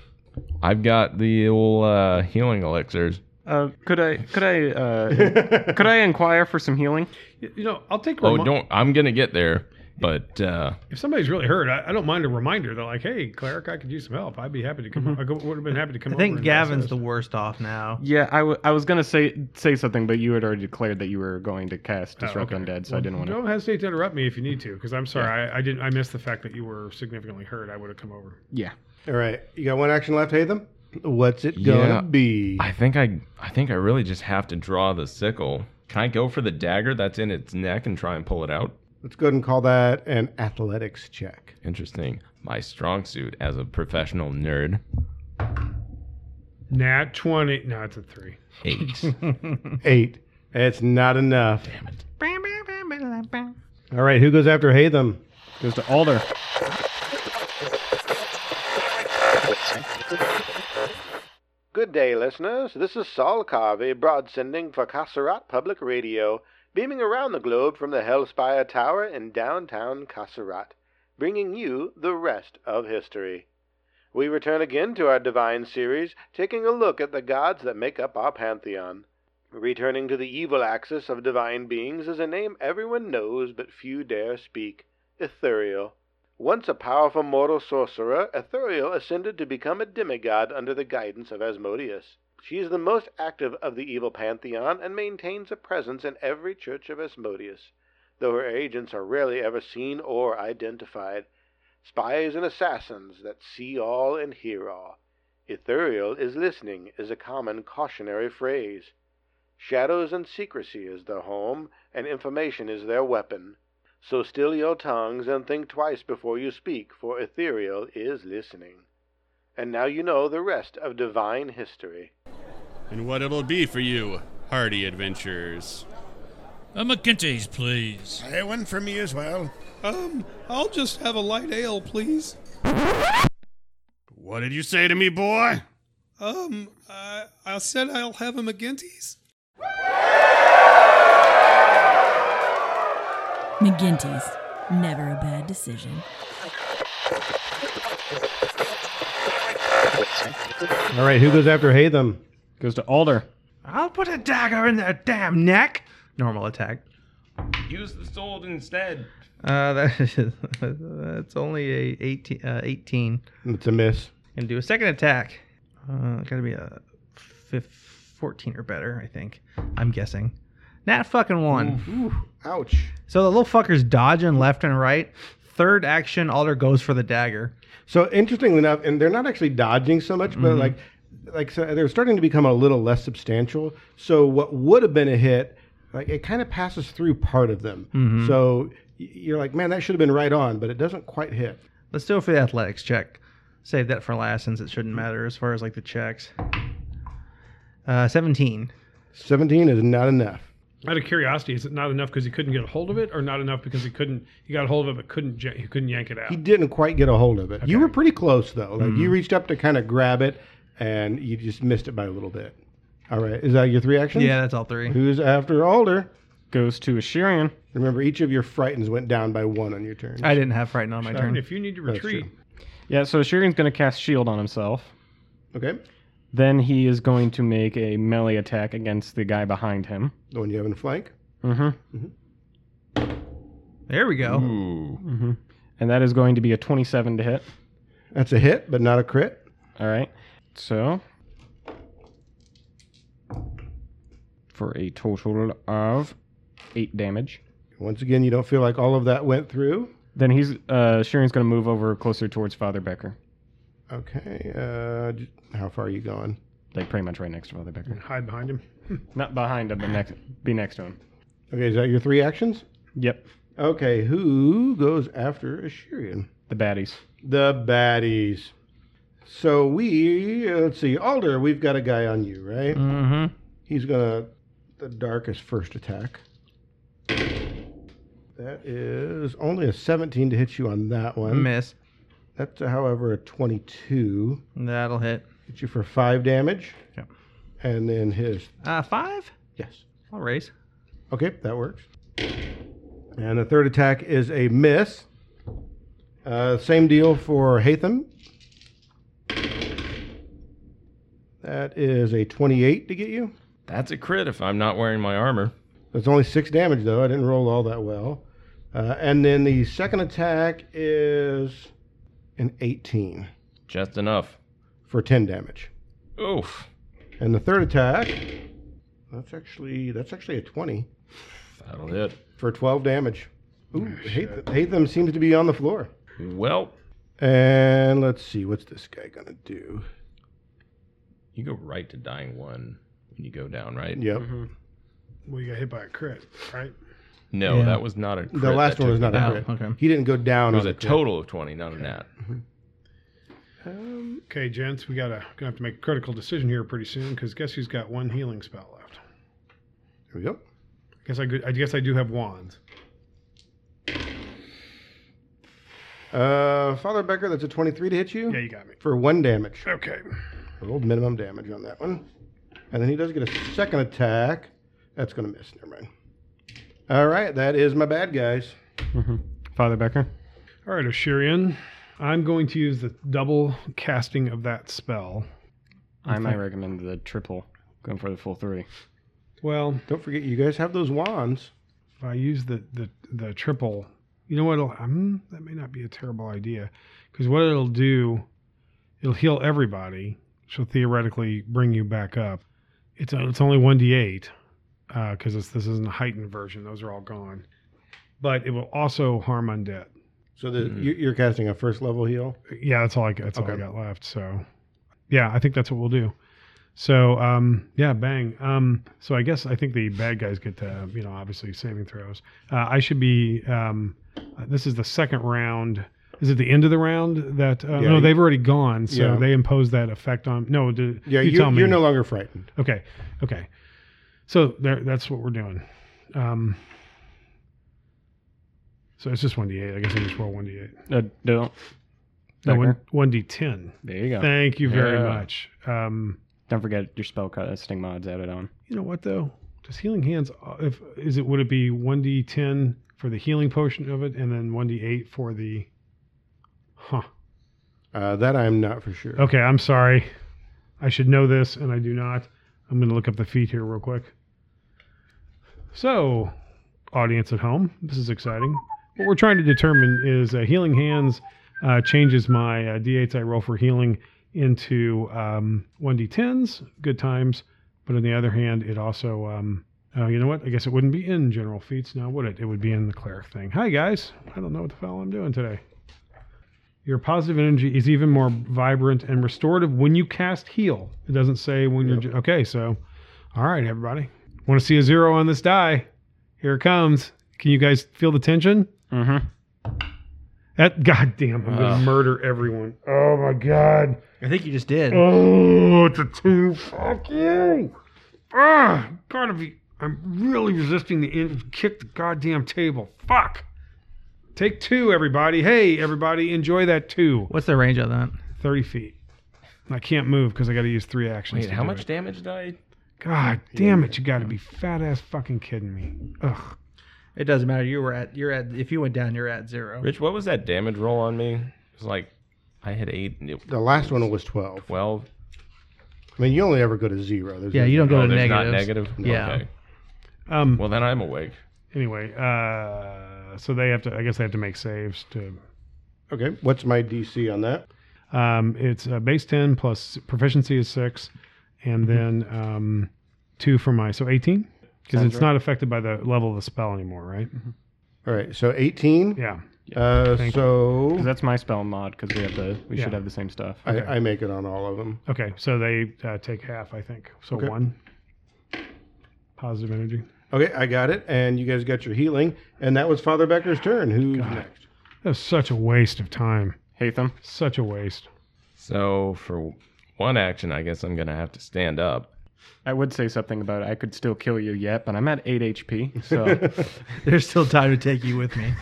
S4: I've got the old uh, healing elixirs.
S6: Uh, could I could I uh, could I inquire for some healing?
S5: You know, I'll take.
S4: Oh,
S5: remi-
S4: don't! I'm gonna get there, but uh,
S5: If somebody's really hurt, I, I don't mind a reminder. They're like, "Hey, cleric, I could use some help. I'd be happy to come. I would have been happy to come."
S2: Mm-hmm. I think
S5: over and
S2: Gavin's
S5: assist."
S2: the worst off now.
S6: Yeah, I, w- I was gonna say say something, but you had already declared that you were going to cast disrupt
S5: Oh, okay.
S6: undead, so
S5: Well,
S6: I didn't want to.
S5: Don't hesitate to interrupt me if you need to, because I'm sorry, I, I didn't. I missed the fact that you were significantly hurt. I would have come over.
S6: Yeah,
S1: All right. You got one action left, Hatham? What's it going to
S4: Yeah.
S1: be?
S4: I think I I think I really just have to draw the sickle. Can I go for the dagger that's in its neck and try and pull it out?
S1: Let's go ahead and call that an athletics check.
S4: Interesting. My strong suit as a professional nerd.
S5: Nat twenty. No, it's a three.
S4: Eight.
S1: Eight. It's not enough. Damn it. All right. Who goes after Hatham?
S6: goes to Alder.
S1: Good day, listeners. This is Saul Carvey, broadsending for Kasserat Public Radio, beaming around the globe from the Hellspire Tower in downtown Kasserat, bringing you the rest of history. We return again to our Divine series, taking a look at the gods that make up our pantheon. Returning to the evil axis of divine beings is a name everyone knows but few dare speak Ithuriel. Once a powerful mortal sorcerer, Ithuriel ascended to become a demigod under the guidance of Asmodeus. She is the most active of the evil pantheon and maintains a presence in every church of Asmodeus, though her agents are rarely ever seen or identified. Spies and assassins that see all and hear all. Ithuriel is listening is a common cautionary phrase. Shadows and secrecy is their home, and information is their weapon. So still your tongues and think twice before you speak, for Ethereal is listening. And now you know the rest of divine history.
S8: and what it'll be for you, hardy adventurers.
S9: A Uh, McGinty's, please.
S10: Hey, one for me as well.
S8: Um, I'll just have a light ale, please. What did you say to me, boy? Um, I, I said I'll have a McGinty's.
S11: McGinty's. Never a bad decision.
S1: All right, who goes after Hatham?
S6: Goes to Alder.
S2: I'll put a dagger in their damn neck. Normal attack.
S4: Use the sword instead.
S2: Uh, that is, that's only a 18, uh, 18.
S1: It's a miss.
S2: Gonna do a second attack. Uh, gotta be a fif 14 or better, I think. I'm guessing. Nat fucking one.
S1: Ouch.
S2: So the little fucker's dodging left and right. Third action, Alder goes for the dagger.
S1: So interestingly enough, and they're not actually dodging so much,
S8: Mm-hmm.
S1: but like, like so they're starting to become a little less substantial. So what would have been a hit, like it kind of passes through part of them.
S8: Mm-hmm.
S1: So y- you're like, man, that should have been right on, but it doesn't quite hit.
S2: Let's do it for the athletics check. Save that for last since it shouldn't matter as far as like the checks. Uh, 17.
S1: Seventeen is not enough.
S5: Out of curiosity, is it not enough because he couldn't get a hold of it, or not enough because he couldn't? He got a hold of it, but couldn't. ja- He couldn't yank it out.
S1: He didn't quite get a hold of it. You were pretty close though. Like
S2: Mm-hmm.
S1: you reached up to kind of grab it, and you just missed it by a little bit. All right, is that your three actions?
S2: Yeah, that's all three.
S1: Who's after Alder?
S6: Goes to Ashirian.
S1: Remember, each of your frightens went down by one on your turn.
S2: I didn't have frighten on my
S5: Darn,
S2: turn.
S5: if you need to retreat,
S6: Yeah, so Ashirian's gonna cast shield on himself.
S1: Okay,
S6: Then he is going to make a melee attack against the guy behind him.
S1: the one you have in flank.
S6: Mm-hmm.
S2: There we go.
S4: Ooh.
S6: And that is going to be a 27 to hit.
S1: That's a hit, but not a crit.
S6: All right. So for a total of eight damage.
S1: Once again, you don't feel like all of that went through.
S6: Then he's uh Sharon's gonna move over closer towards Father Becker.
S1: Okay, uh, j- how far are you going?
S6: Like pretty much right next to Father Becker.
S5: hide behind him.
S6: Not behind him, but next be next to him.
S1: Okay, is that your three actions?
S6: Yep.
S1: Okay, who goes after Ashirian?
S6: The baddies.
S1: The baddies. So we, let's see, Alder, we've got a guy on you, right?
S2: Mm-hmm.
S1: He's gonna
S8: the darkest first attack. That is only a 17 to hit you on that
S6: Mm-hmm.
S8: one.
S2: Miss.
S8: That's, however, a 22.
S2: That'll hit.
S8: Hit you for five damage.
S2: Yep.
S8: And then his.
S2: Uh, five?
S8: Yes.
S2: I'll raise.
S8: Okay, that works. And the third attack is a miss. Uh, same deal for Hatham. That is a 28 to get you.
S4: That's a crit if I'm not wearing my armor.
S8: It's only six damage, though. I didn't roll all that well. Uh, and then the second attack is an 18
S4: Just enough.
S8: for 10 damage.
S4: Oof.
S8: And the third attack, that's actually that's actually a 20
S4: That'll hit.
S8: for 12 damage. Ooh, Hatham, Hatham seems to be on the floor.
S4: Well,
S8: And let's see, what's this guy gonna do?
S4: you go right to dying one when you go down, right?
S8: Yep.
S5: Well, you got hit by a crit, right?
S4: No,
S2: Yeah.
S4: that was not a crit.
S8: The last
S4: that
S8: one was
S4: took
S8: not
S4: me
S8: a
S4: down.
S8: crit.
S2: okay.
S8: He didn't go down.
S4: It was
S8: on
S4: a
S8: the crit.
S4: total of 20, not a nat.
S8: Um,
S5: Okay, gents, we gotta gonna have to make a critical decision here pretty soon because guess who's got one healing spell left?
S8: there we go.
S5: I guess I, could, I guess I do have wands.
S8: Uh, Father Becker, that's a 23 to hit you
S5: Yeah, you got me.
S8: for one damage.
S5: Okay.
S8: Rolled minimum damage on that one. And then he does get a second attack. That's going to miss. Never mind. All right, that is my bad guys.
S6: Father Becker.
S5: All right, Oshirian, I'm going to use the double casting of that spell.
S6: I might recommend the triple, going for the full three.
S5: Well,
S8: Don't forget, you guys have those wands.
S5: if I use the the, the triple, you know what? It'll, um, that may not be a terrible idea because what it'll do, it'll heal everybody. So theoretically, bring you back up. It's it's only one d eight because this this isn't a heightened version; those are all gone. But it will also harm undead.
S8: So the, you, you're casting a first level heal.
S5: Yeah, that's all I that's all I
S8: Okay.
S5: got left. So, yeah, I think that's what we'll do. So, um, yeah, bang. Um, so I guess I think the bad guys get to you know obviously saving throws. Uh, I should be. Um, uh, this is the second round. Is it the end of the round that? Uh,
S8: Yeah,
S5: no,
S8: you-
S5: they've already gone. So
S8: Yeah.
S5: they imposed that effect on. No, did,
S8: Yeah,
S5: you,
S8: you,
S5: tell me.
S8: are no longer frightened.
S5: Okay, okay. So there, that's what we're doing. Um, so it's just one d eight. I guess I just roll one d eight.
S6: Uh, don't.
S5: No,
S6: Becker.
S5: one one d ten.
S6: There you go.
S5: Thank you very
S4: Yeah.
S5: much. Um,
S6: Don't forget your spell casting mods added on.
S5: you know what though? Does healing hands? If is it would it be one d ten for the healing potion of it, and then one d eight for the? Huh.
S8: Uh, that I'm not for sure.
S5: Okay, I'm sorry. I should know this, and I do not. I'm going to look up the feat here real quick. So, audience at home, this is exciting. What we're trying to determine is uh, healing hands uh, changes my uh, d8s I roll for healing into um, 1d10s, good times. But on the other hand, it also, um, uh, you know what? I guess it wouldn't be in general feats now, would it? It would be in the cleric thing. Hi, guys. I don't know what the hell I'm doing today. Your positive energy is even more vibrant and restorative when you cast heal. It doesn't say when you're. ju- Okay, so, all right, everybody. Want to see a zero on this die? Here it comes. Can you guys feel the tension?
S6: Mm-hmm.
S5: That goddamn, I'm gonna
S4: Ugh.
S5: murder everyone. Oh my god.
S2: I think you just did.
S5: Oh, it's a two. Fuck you. Ah, gotta be. I'm really resisting the in- kick the goddamn table. Fuck. Take two, everybody. Hey, everybody, enjoy that two.
S2: What's the range on that?
S5: 30 feet. I can't move because I got to use three actions.
S4: Wait,
S5: to
S4: how
S5: do
S4: much
S5: it.
S4: damage did I?
S5: God damn it! You got to be fat ass fucking kidding me. Ugh.
S2: It doesn't matter. You were at you're at if you went down, you're at zero.
S4: Rich, what was that damage roll on me? It was like I had eight and it
S8: The last one was 12.
S4: 12.
S8: I mean, you only ever go to zero. There's
S2: Yeah,
S8: no-
S2: you don't go
S4: oh,
S2: to
S4: there's
S2: negatives.
S4: not negative?
S2: Yeah.
S4: Okay.
S5: Um.
S4: Well, then I'm awake.
S5: Anyway, uh, so they have to. I guess they have to make saves to
S8: Okay, what's my DC on that?
S5: Um, it's uh, base 10 plus proficiency is six,
S4: Mm-hmm.
S5: and then um, two for my, so 18? Because it's not affected by the level of the spell anymore, right?
S4: Mm-hmm.
S8: All right, so 18.
S5: Yeah.
S8: Uh,
S5: Thank
S8: so
S6: Because that's my spell mod. Because we have the we should
S5: Yeah.
S6: have the same stuff.
S8: I, I make it on all of them.
S5: Okay, so they uh, take half, I think. So
S8: Okay.
S5: one. Positive energy.
S8: Okay, I got it, and you guys got your healing, and that was Father Becker's turn. Who's next?
S5: That was such a waste of time.
S6: Hatham.
S5: Such a waste.
S4: So for one action, I guess I'm going to have to stand up.
S6: I would say something about I could still kill you yet, but I'm at eight HP, so
S2: There's still time to take you with me.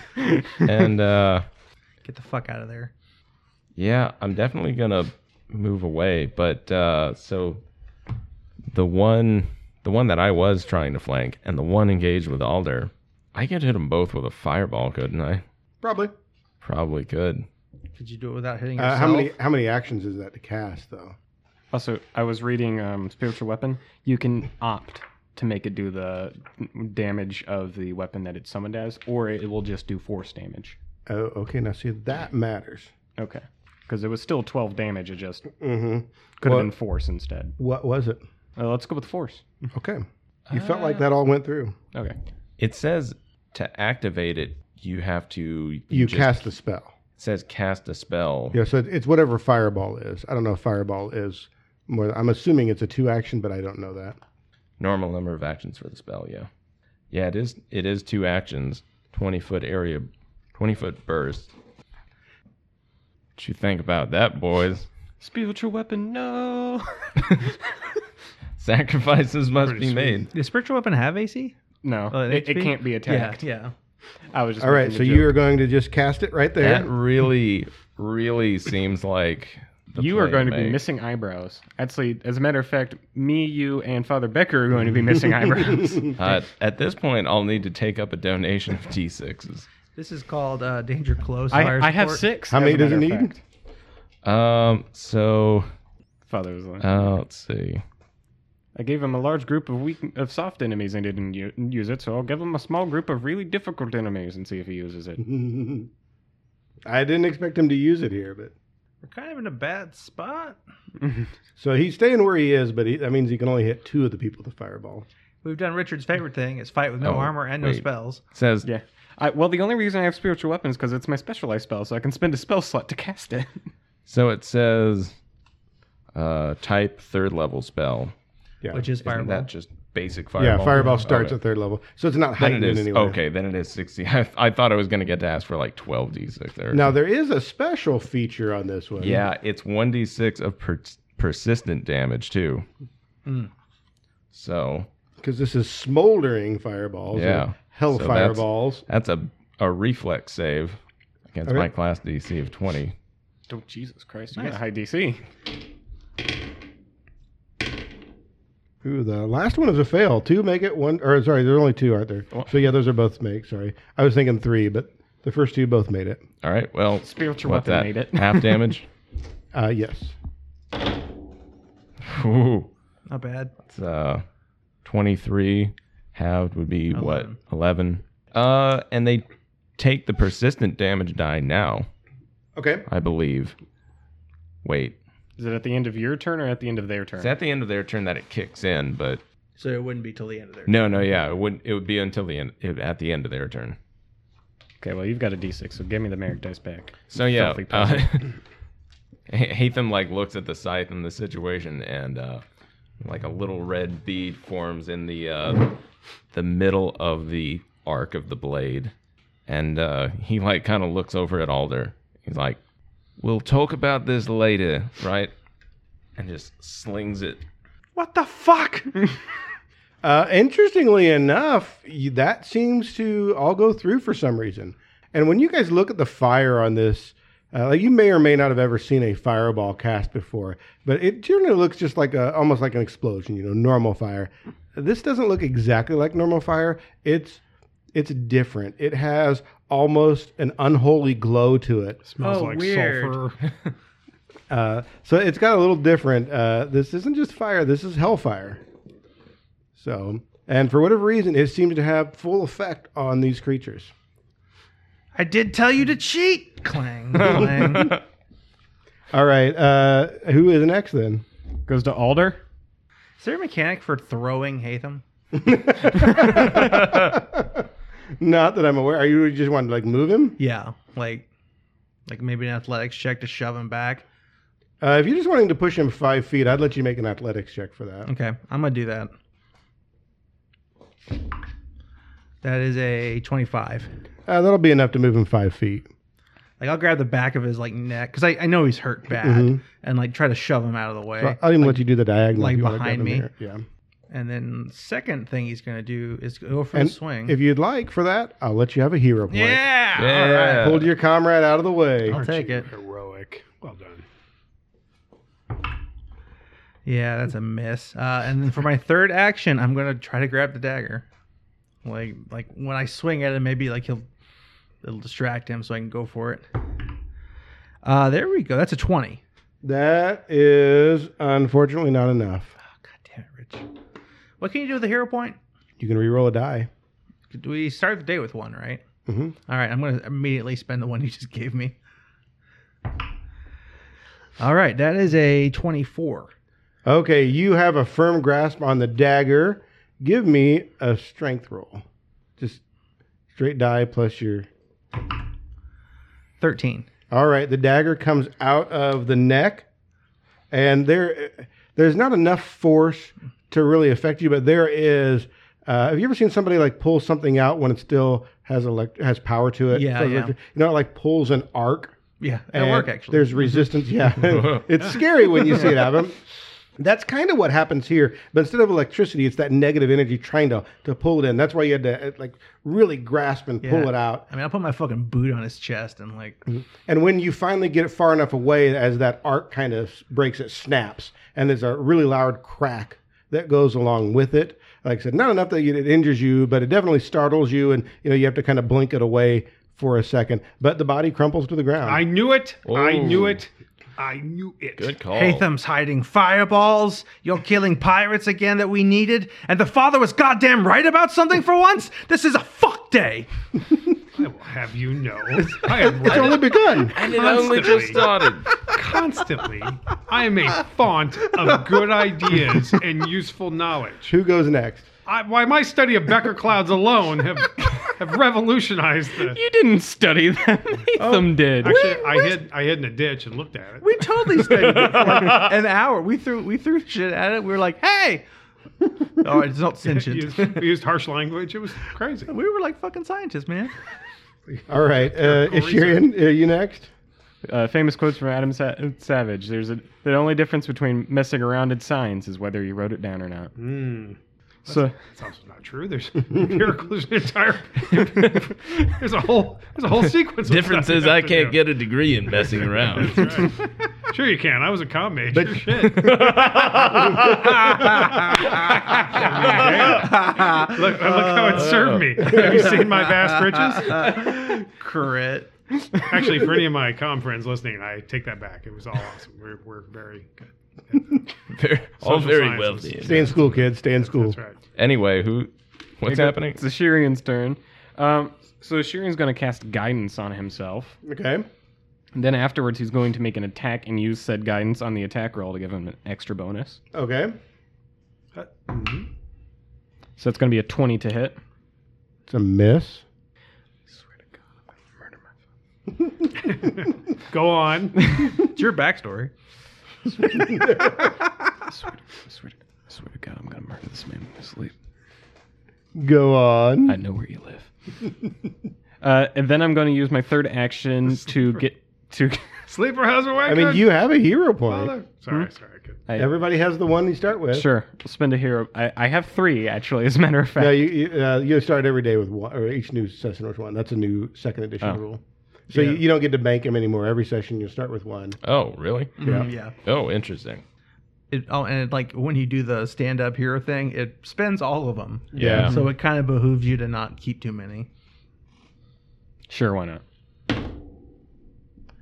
S4: and uh,
S2: Get the fuck out of there.
S4: yeah, I'm definitely gonna move away. But uh, so the one, the one that I was trying to flank, and the one engaged with Alder, I could hit them both with a fireball, couldn't I?
S8: Probably.
S4: Probably could.
S2: Could you do it without hitting yourself?
S8: Uh, how many how many actions is that to cast though?
S6: Also, I was reading um, Spiritual Weapon. You can opt to make it do the damage of the weapon that it's summoned as, or it will just do force damage.
S8: Oh, okay. Now see that matters.
S6: Okay. Because it was still 12 damage. It just
S8: Mm-hmm.
S6: could
S8: What-
S6: have been force instead.
S8: What was it?
S6: Uh, let's go with force.
S8: Okay. You felt like
S5: Uh,
S8: that all went through.
S6: Okay.
S4: It says to activate it, you have to. You,
S8: You
S4: just-
S8: cast the spell.
S4: It says cast a spell.
S8: Yeah, so it- it's whatever fireball is. I don't know if fireball is more. I'm assuming it's a two action, but I don't know that.
S4: Normal number of actions for the spell. Yeah, yeah. It is. It is two actions. Twenty foot area. Twenty foot burst. What you think about that, boys?
S6: Spiritual Weapon, no!
S4: Sacrifices must be made.
S2: Does spiritual weapon have AC?
S6: no,
S2: Oh, an
S6: it, it
S2: HP?
S6: can't be attacked.
S2: Yeah, yeah.
S6: I was just
S8: All right, so
S6: making a
S8: you are
S6: joke.
S8: going to just cast it right there.
S4: That really, really seems like the
S6: You are
S4: play
S6: going to be
S4: make.
S6: missing eyebrows. Actually, as a matter of fact, me, you, and Father Becker are going to be missing eyebrows.
S4: Uh, at this point, I'll need to take up a donation of d6s.
S2: This is called uh, Danger Close. Fire
S6: I, I have
S2: Support.
S6: six.
S8: How
S6: as
S8: many
S6: a
S8: does it
S6: matter of
S8: need?
S6: fact.
S4: Um. So,
S6: Father was like,
S4: uh, let's see.
S6: I gave him a large group of weak of soft enemies and he didn't u- use it, so I'll give him a small group of really difficult enemies and see if he uses it.
S8: I didn't expect him to use it here, but
S2: We're kind of in a bad spot.
S8: so he's staying where he is, but he, that means he can only hit two of the people with the fireball.
S2: We've done Richard's favorite thing: is fight with no
S4: Oh,
S2: armor and no
S4: wait.
S2: spells.
S4: It says
S6: yeah. I, well, the only reason I have spiritual weapons because it's my specialized spell, so I can spend a spell slot to cast it.
S4: So it says uh, type third level spell.
S8: Yeah,
S2: which is
S4: Isn't
S2: fireball.
S4: that just basic fireball?
S8: yeah, fireball starts
S4: Okay.
S8: at third level, so it's not
S4: Then
S8: heightened
S4: it is
S8: in any way.
S4: okay. Then it is sixty. I, I thought I was going to get to ask for like twelve d6 there.
S8: Now there is a special feature on this one.
S4: Yeah, it's one d6 of per- persistent damage too.
S8: Mm.
S4: So
S8: because this is smoldering fireballs. or
S4: Yeah.
S8: hell
S4: So that's-
S8: fireballs.
S4: that's a a reflex save against
S8: Okay.
S4: my class DC of twenty.
S6: oh, Jesus Christ. You got a high DC.
S8: Ooh, the last one is a fail. Two make it one, or sorry, there's only two, aren't there? So yeah, those are both make. Sorry, I was thinking three, but the first two both made it.
S4: All right. Well,
S6: Spiritual
S4: what's
S6: weapon
S4: that?
S6: made it.
S4: Half damage.
S8: Uh, yes,
S4: Ooh,
S2: Not bad.
S4: it's uh, twenty three halved would be
S8: Oh,
S4: what eleven. Uh, and they take the persistent damage die now.
S8: Okay.
S4: I believe. Wait.
S6: Is it at the end of your turn or at the end of their turn?
S4: It's at the end of their turn that it kicks in, but
S2: So it wouldn't be till the end of their.
S4: no, no, yeah, it wouldn't. It would be until the end, it, at the end of their turn.
S6: okay, well, you've got a D6, so give me the Merrick dice back.
S4: So yeah,
S6: Filthy
S4: uh,
S6: peasant.
S4: Hatham like looks at the scythe and the situation, and uh, like a little red bead forms in the uh, the middle of the arc of the blade, and uh, he like kind of looks over at Alder. He's like, "We'll talk about this later, right?" And just slings it
S2: What the fuck?
S8: Uh, interestingly enough, you, that seems to all go through for some reason. And when you guys look at the fire on this, uh, like you may or may not have ever seen a fireball cast before, but it generally looks just like a almost like an explosion, you know, normal fire. This doesn't look exactly like normal fire. It's it's different. It has almost an unholy glow to it.
S5: Smells
S2: Oh,
S5: like
S2: weird.
S5: sulfur.
S8: Uh, so it's got a little different. Uh, this isn't just fire. This is hellfire. So, and for whatever reason, it seems to have full effect on these creatures.
S2: I did tell you to cheat. Clang, clang.
S8: All right, uh, who is next then?
S6: Goes to Alder.
S2: is there a mechanic for throwing Hatham?
S8: Not that I'm aware. Are you just wanting to like move him?
S2: Yeah, like, like maybe an athletics check to shove him back.
S8: Uh, if you're just wanting to push him five feet, I'd let you make an athletics check for that.
S2: Okay, I'm gonna do that. That is a 25.
S8: Uh, that'll be enough to move him five feet.
S2: Like I'll grab the back of his like neck because I, I know he's hurt bad,
S4: Mm-hmm.
S2: and like try to shove him out of the way.
S8: So I'll even let you do the diagonal.
S2: like
S8: if you wanna
S2: behind
S8: grab him
S2: me?
S8: there. Yeah.
S2: and then second thing he's gonna do is go for
S8: And
S2: the swing.
S8: If you'd like for that, I'll let you have a hero point.
S2: yeah,
S4: Yeah.
S8: Pulled your comrade out of the way.
S2: I'll take it.
S5: Heroic. Well done.
S2: Yeah, that's a miss. Uh, and then for my third action, I'm gonna try to grab the dagger. Like like when I swing at him, maybe like he'll it'll distract him, so I can go for it. Uh, there we go. That's a twenty.
S8: That is unfortunately not enough.
S2: Oh, God damn it, Rich. What can you do with a hero point?
S8: You can re-roll a die.
S2: Do we start the day with one, right?
S8: Mhm.
S2: All right, I'm going to immediately spend the one you just gave me. All right, that is a 24.
S8: Okay, you have a firm grasp on the dagger. Give me a strength roll. Just straight die plus your
S2: 13.
S8: All right, the dagger comes out of the neck, and there, there's not enough force to really affect you, but there is. Uh, have you ever seen somebody like pull something out when it still has elect- has power to it?
S2: Yeah,
S8: So it's
S2: yeah.
S8: electric- You know, it like pulls an arc.
S2: Yeah, at
S8: and
S2: work, actually. Mm-hmm.
S8: There's resistance. Yeah, it's scary when you see it happen. That's kind of what happens here, but instead of electricity, it's that negative energy trying to to pull it in. That's why you had to uh, like really grasp and pull
S2: Yeah.
S8: it out.
S2: I mean, I put my fucking boot on his chest and, like,
S8: And when you finally get it far enough away, as that arc kind of s- breaks, it snaps, and there's a really loud crack that goes along with it. Like I said, not enough that you- it injures you, but it definitely startles you, and you know you have to kind of blink it away for a second. But the body crumples to the ground.
S5: I knew it. I knew
S4: Oh.
S5: it. I knew it.
S4: Good call.
S8: Oh.
S2: Hatham's hiding fireballs. You're killing pirates again that we needed. And the father was goddamn right about something for once. This is a fuck day.
S5: I will have you know. I am
S8: it's only
S5: right
S8: begun.
S4: And it only just
S5: Constantly.
S4: started.
S5: constantly. I am a font of good ideas and useful knowledge.
S8: Who goes next?
S5: I, why my study of Becker clouds alone have have revolutionized the.
S6: You didn't study them. Nathan did.
S5: Actually, I hid I hid in a ditch and looked at it.
S2: We totally studied it for like an hour. We threw we threw shit at it. We were like, hey. Oh, it's not sentient.
S5: used, we used harsh language. It was crazy.
S2: We were like fucking scientists, man.
S8: All right, uh,
S5: Cool
S8: Ishirian, are you next?
S6: Uh, famous quotes from Adam Sa- Savage. There's a, the only difference between messing around in science is whether you wrote it down or not.
S5: Mm,
S6: So
S5: that's also not true. There's miracles in entire. there's a whole there's a whole sequence. of
S4: Difference
S5: stuff
S4: is
S5: you
S4: I
S5: have to
S4: can't
S5: do.
S4: get a degree in messing around.
S5: Sure, you can. I was a com major. Shit. Look, look how
S8: Uh,
S5: it served me. Have you seen my vast riches?
S2: Crit.
S5: Actually, for any of my com friends listening, I take that back. It was all awesome. We're, we're very good.
S4: Very, all
S5: Social
S4: very
S5: sciences.
S4: wealthy.
S8: Stay in school, kids. Stay in school.
S5: That's right.
S4: Anyway, who? What's happening?
S6: it's the Shirian's turn. Um, so Shirian's going to cast guidance on himself.
S8: Okay.
S6: Then afterwards, he's going to make an attack and use said guidance on the attack roll to give him an extra bonus.
S8: Okay.
S6: So that's going to be a 20 to hit.
S8: It's a miss.
S5: Go on.
S2: It's your backstory.
S6: I swear to, I swear to God, I'm going to murder this man in his sleep.
S8: Go on.
S6: I know where you live. uh, and then I'm going to use my third action to get to.
S5: Sleeper has awake.
S8: I mean, you Hmm? have a hero point.
S5: Sorry, sorry. I couldn't.
S8: Everybody has the one you start with.
S6: sure, we'll spend a hero. I, I have three actually, as a matter of fact.
S8: No, you you, uh, you start every day with one, or each new session with one. That's a new second edition
S6: Oh.
S8: rule. So you, you don't get to bank them anymore. Every session you start with one.
S4: Oh, really?
S8: Mm-hmm.
S2: Mm, yeah.
S4: Oh, interesting.
S2: It, oh, and it, like when you do the stand up hero thing, it spends all of them.
S5: Mm-hmm.
S4: Yeah.
S2: So it kind of behooves you to not keep too many.
S6: Sure, why not?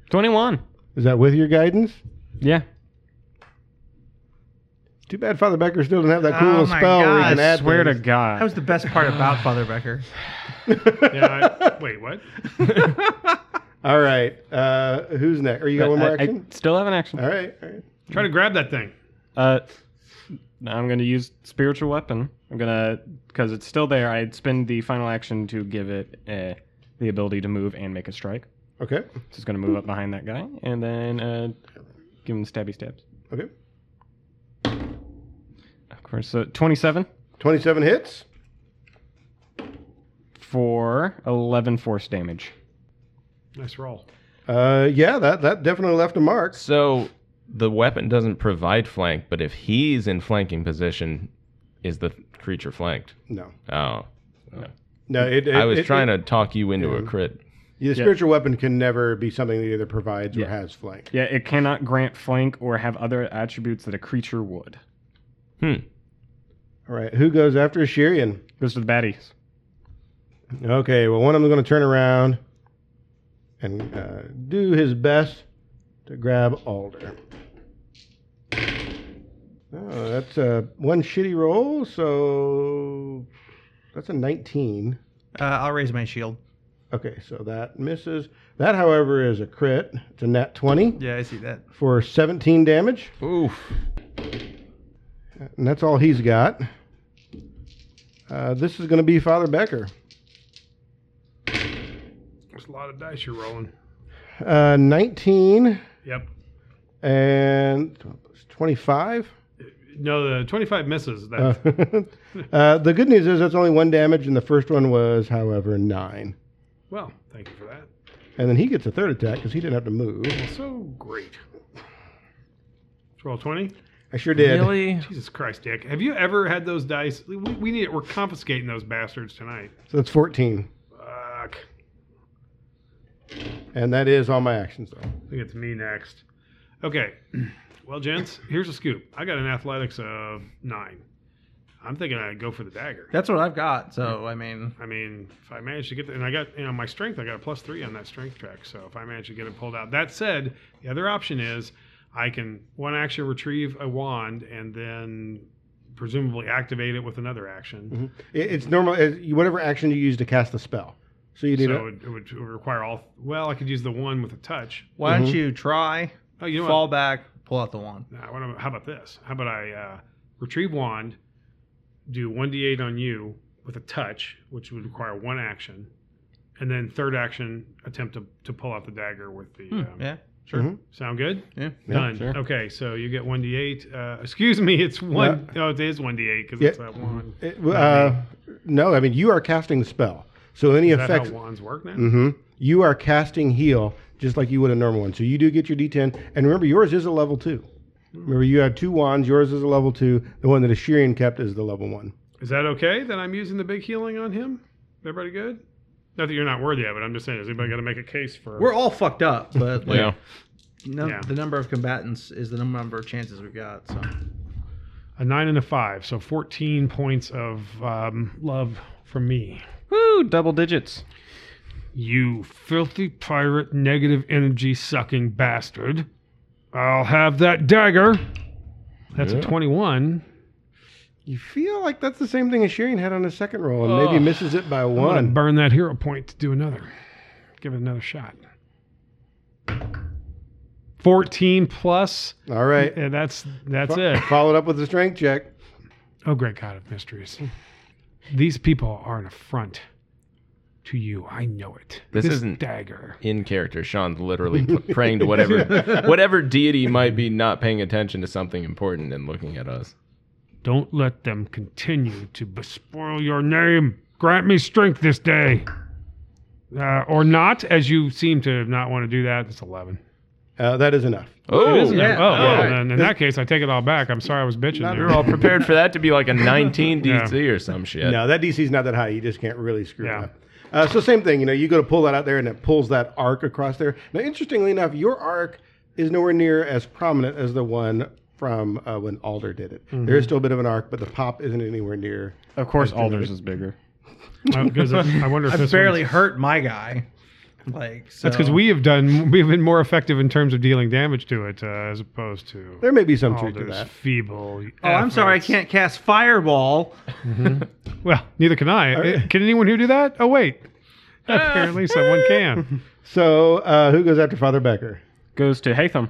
S6: Twenty-one.
S8: Is that with your guidance?
S6: Yeah.
S8: Too bad Father Becker still doesn't have that cool
S2: Oh
S8: little
S2: my
S8: spell where you
S2: God,
S8: can add.
S6: Swear to
S8: things.
S6: God.
S2: That was the best part about Father Becker.
S5: Yeah, I- wait, what?
S8: All right. Uh, who's next? Are you got one more
S6: I- I
S8: action? Uh.
S6: still have an action.
S8: all right. All right.
S5: Try to grab that thing.
S6: Uh, now I'm going to use spiritual weapon. I'm gonna because it's still there. I'd spend the final action to give it uh, the ability to move and make a strike.
S8: Okay.
S6: So it's going to move up behind that guy and then uh, give him stabby stabs.
S8: Okay.
S6: Of course. So 27
S8: Twenty-seven hits.
S6: for 11 force damage.
S5: Nice roll.
S8: Uh, yeah, that that definitely left a mark.
S4: So the weapon doesn't provide flank, but if he's in flanking position, is the creature flanked?
S8: No,
S4: Oh.
S8: no. It,
S4: I was
S8: it-
S4: trying
S8: it,
S4: to talk you into a
S8: Yeah.
S4: crit.
S8: The spiritual weapon can never be something that either provides or
S6: Yeah.
S8: has flank.
S6: Yeah, it cannot grant flank or have other attributes that a creature would.
S4: Hmm.
S8: All right, who goes after Shirian?
S6: Goes to the baddies.
S8: Okay, well, one of them's going to turn around and uh, do his best to grab Alder. Oh, that's uh, one shitty roll, so that's a 19.
S2: Uh, I'll raise my shield.
S8: Okay, so that misses. That, however, is a crit. It's a nat 20
S2: Yeah, I see that.
S8: for 17 damage,
S4: Oof.
S8: and that's all he's got. Uh, this is going to be Father Becker.
S5: There's a lot of dice you're rolling.
S8: Uh, 19
S5: Yep.
S8: and 25.
S5: No, the 25 misses. That
S8: Uh, uh, the good news is that's only one damage, and the first one was, however, nine.
S5: well, thank you for that.
S8: And then he gets a third attack because he didn't have to move.
S5: So great. Let's roll 20.
S8: I sure did.
S4: Really?
S5: Jesus Christ, Dick. Have you ever had those dice? We, we need We're confiscating those bastards tonight.
S8: So that's 14.
S5: Fuck.
S8: And that is all my actions, though.
S5: I think it's me next. Okay. Well, gents, here's a scoop. I got an athletics of nine. I'm thinking I'd go for the dagger.
S2: That's what I've got. So I mean,
S5: I mean, if I manage to get, the, and I got, you know, my strength, I got a plus three on that strength track. So if I manage to get it pulled out, that said, the other option is I can one action retrieve a wand and then presumably activate it with another action.
S8: It, it's normal, it, you- whatever action you use to cast the spell. So you need
S5: So it
S8: a-
S5: would, it would require all. Well, I could use the one with a touch.
S2: why don't you try,
S5: Oh, Mm-hmm. you know
S2: fall
S5: what?
S2: back, pull out the wand?
S5: Nah, what about- how about this? How about I uh, retrieve wand, do one d8 on you with a touch, which would require one action, and then third action attempt to, to pull out the dagger with the. um,
S2: Yeah, sure.
S8: Mhm.
S5: Sound good?
S2: Yeah.
S5: Done.
S6: sure.
S5: Okay, so you get 1d8. Uh, excuse me, it's one oh it is 1d8 because
S8: Yeah.
S5: it's that wand.
S8: it- uh, no, I mean, you are casting the spell. So any
S5: Is that
S8: effects.
S5: how wands work now?
S8: hmm You are casting heal just like you would a normal one. So you do get your D10. And remember, yours is a level two. Remember, you had two wands. Yours is a level two. The one that Ashirian kept is the level one.
S5: Is that okay that I'm using the big healing on him? Everybody good? Not that you're not worthy of it. I'm just saying, has anybody got to make a case for?
S2: We're all fucked up, but like,
S4: Yeah.
S2: no,
S5: Yeah.
S2: the number of combatants is the number of chances we've got. So
S5: a nine and a five, so 14 points of um, love from me.
S6: Woo! Double digits.
S5: You filthy pirate, negative energy sucking bastard. I'll have that dagger. That's a 21.
S8: You feel like that's the same thing as Sheeran had on his second roll, and maybe misses it by
S5: I'm gonna
S8: one.
S5: burn that hero point to do another. Give it another shot. 14 plus,
S8: All right.
S5: and that's that's it.
S8: Followed up with a strength check.
S5: Oh, great God of mysteries. These people are an affront to you. I know it.
S4: This isn't-
S5: dagger.
S4: In character, Sean's literally pl- praying to whatever whatever deity might be not paying attention to something important and looking at us.
S5: Don't let them continue to bespoil your name. Grant me strength this day. Uh, or not, as you seem to not want to do that. It's 11.
S8: Uh, that is enough.
S4: Oh,
S5: Yeah. Oh, well,
S4: yeah.
S5: then in that case, I take it all back. I'm sorry I was bitching. there.
S4: You're all prepared for that to be like a 19 DC or some shit.
S8: No, that DC's not that high. You just can't really screw
S5: Yeah.
S8: it up. Uh, so same thing. You know, you go to pull that out there, and it pulls that arc across there. Now, interestingly enough, your arc is nowhere near as prominent as the one from uh, when Alder did it. There
S5: Mm-hmm.
S8: is still a bit of an arc, but the pop isn't anywhere near.
S6: Of course, Alders is bigger.
S5: Uh, 'cause I wonder if
S2: I
S5: this
S2: barely
S5: one's-
S2: hurt my guy. Like so.
S5: That's because we have done. We've been more effective in terms of dealing damage to it uh, as opposed to
S8: There may be some truth to
S5: Alder's
S8: that.
S5: feeble. uh,
S2: Oh, I'm sorry, I can't cast fireball.
S5: Well, neither can I. Uh, Can anyone here do that? Oh wait,
S8: Ah.
S5: apparently someone can.
S8: So uh, who goes after Father Becker?
S6: Goes to Hatham.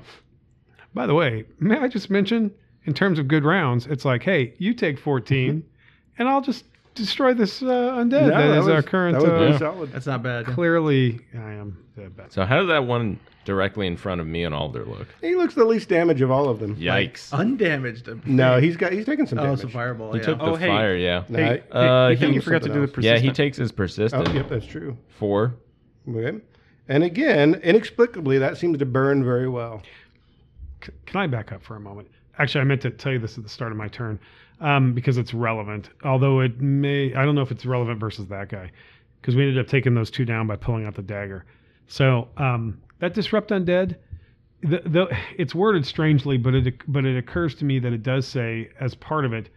S5: By the way, may I just mention, in terms of good rounds, it's like, hey, you take 14, and I'll just destroy this uh, undead that is our current.
S8: Mm-hmm. That was pretty
S5: uh,
S8: solid.
S2: That's not bad.
S5: Clearly, I am the best.
S4: So how does that one directly in front of me and Alder look?
S8: He looks the least damage of all of them.
S4: Yikes!
S2: oh, Undamaged.
S8: No, he's got he's taking some
S2: Oh, it's a
S8: damage.
S2: fireball.
S4: he
S2: yeah.
S4: took the
S6: Oh, hey.
S4: fire. Yeah.
S8: No,
S6: Hey,
S8: I-
S4: Uh,
S6: I think
S4: he-
S6: you forgot to
S8: something
S6: do the
S8: else.
S4: Yeah,
S6: persistent.
S4: he takes his persistent
S8: oh, yep, that's true.
S4: four.
S8: Okay. And again, inexplicably, that seems to burn very well.
S5: C- can I back up for a moment? Actually, I meant to tell you this at the start of my turn um, because it's relevant. Although it may, I don't know if it's relevant versus that guy because we ended up taking those two down by pulling out the dagger. So um, that disrupt undead, the, the, it's worded strangely, but it but it occurs to me that it does say as part of it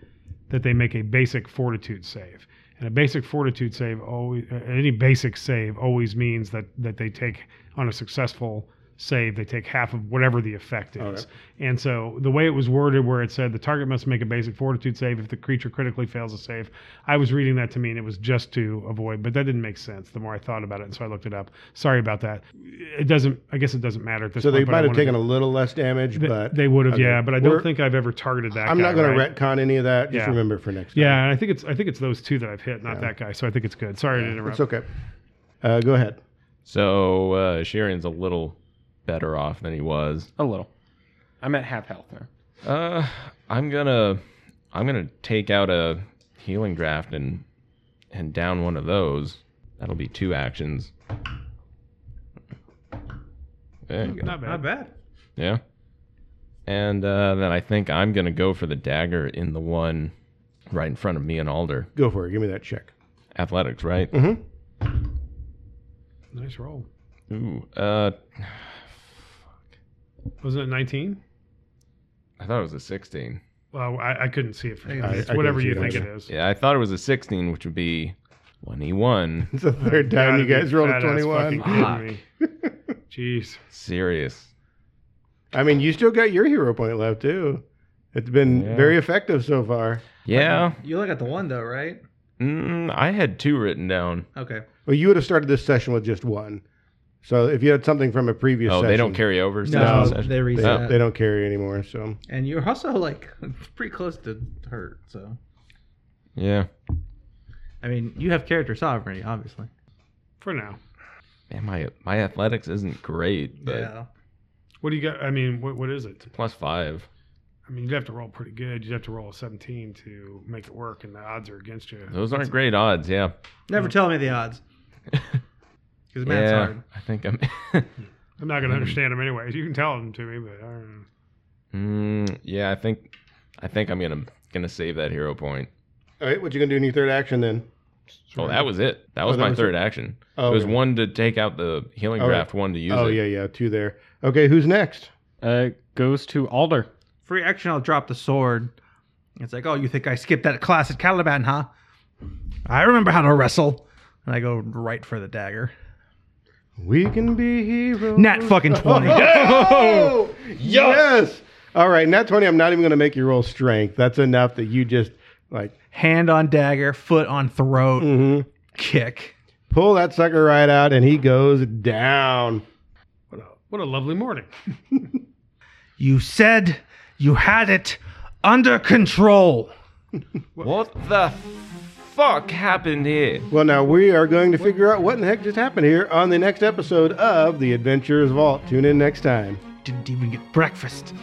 S5: that they make a basic fortitude save. And a basic fortitude save always, uh, any basic save always means that that they take on a successful save, they take half of whatever the effect is. And so the way it was worded, where it said the target must make a basic fortitude save if the creature critically fails a save, I was reading that to mean it was just to avoid, but that didn't make sense. The more I thought about it, and so I looked it up. Sorry about that. It doesn't. I guess it doesn't matter at this
S8: So
S5: point.
S8: they
S5: but I
S8: might have
S5: wanted to-
S8: taken a little less damage,
S5: They-
S8: but
S5: they would have,
S8: okay.
S5: yeah. But I don't
S8: We're-
S5: think I've ever targeted that.
S8: I'm
S5: guy,
S8: not going
S5: right?
S8: to retcon any of that. Just
S5: Yeah.
S8: remember for next time.
S5: Yeah, and I think it's I think it's those two that I've hit, not that guy. So I think it's good. Sorry to interrupt.
S8: It's okay. Uh, go ahead.
S4: So uh, Shirian's a little better off than he was.
S6: A little. I'm at half health now.
S4: Uh, I'm gonna, I'm gonna take out a healing draft and and down one of those. That'll be two actions. There you go.
S5: Not bad.
S2: Not bad.
S4: Yeah. And uh, then I think I'm gonna go for the dagger in the one right in front of me and Alder.
S8: Go for it. Give me that check.
S4: Athletics, right?
S8: Mm-hmm.
S5: Nice roll.
S4: Ooh. Uh,
S5: Wasn't it 19?
S4: I thought it was a 16.
S5: Well, I, I couldn't see it from
S8: I- I
S5: it's
S8: couldn't
S5: whatever
S8: see
S5: you
S8: it
S5: think it
S8: either.
S5: is.
S4: Yeah, I thought it was a 16, which would be 21.
S8: It's the third time you
S5: Gotta be
S8: guys rolled a
S5: fat-ass fucking
S8: 21.
S5: kidding me. Jeez.
S4: Serious.
S8: I mean, you still got your hero point left too. It's been
S4: Yeah.
S8: very effective so far.
S4: Yeah.
S2: Oh, You look at the one though, right?
S4: Mm, I had two written down.
S2: Okay.
S8: Well, you would have started this session with just one. So if you had something from a previous
S4: Oh,
S8: session,
S4: they don't carry over. to
S2: No,
S4: the session? Oh,
S2: they
S8: They,
S2: reset.
S8: they don't carry anymore. So
S2: And you're also like pretty close to hurt, so
S4: Yeah.
S2: I mean, you have character sovereignty, obviously.
S5: For now.
S4: Man, my my athletics isn't great, but
S2: yeah.
S5: What do you got? I mean, what what is it?
S4: plus five.
S5: I mean, you'd have to roll pretty good. You'd have to roll a 17 to make it work, and the odds are against you.
S4: Those aren't great odds. Yeah.
S2: Never tell me the odds. Because math's
S4: yeah.
S2: hard.
S4: I think I'm.
S5: I'm not going to understand them anyway. You can tell them to me, but I don't know.
S4: mm, yeah, I think I think I'm gonna gonna save that hero point.
S8: all right, what you gonna do in your third action then?
S4: Oh, that was it. That was
S8: that
S4: my
S8: was
S4: third action.
S8: Oh,
S4: it was
S8: okay.
S4: one to take out the healing
S8: Oh,
S4: draft, one to use
S8: Oh
S4: it.
S8: yeah, yeah, two there. Okay, who's next?
S6: Uh, goes to Alder.
S2: Free action, I'll drop the sword. It's like, oh, you think I skipped that class at Caliban, huh? I remember how to wrestle. And I go right for the dagger.
S8: We can be heroes.
S2: Nat fucking 20.
S8: Oh, yes. All right, Nat twenty. I'm not even gonna make you roll strength. That's enough that you just like
S2: Hand on dagger, foot on throat,
S8: mhm.
S2: kick.
S8: pull that sucker right out, and he goes down.
S5: What a, what a lovely morning.
S2: You said you had it under control.
S4: What the fuck happened here?
S8: Well, now we are going to figure out what in the heck just happened here on the next episode of The Adventures Vault. Tune in next time.
S2: Didn't even get breakfast.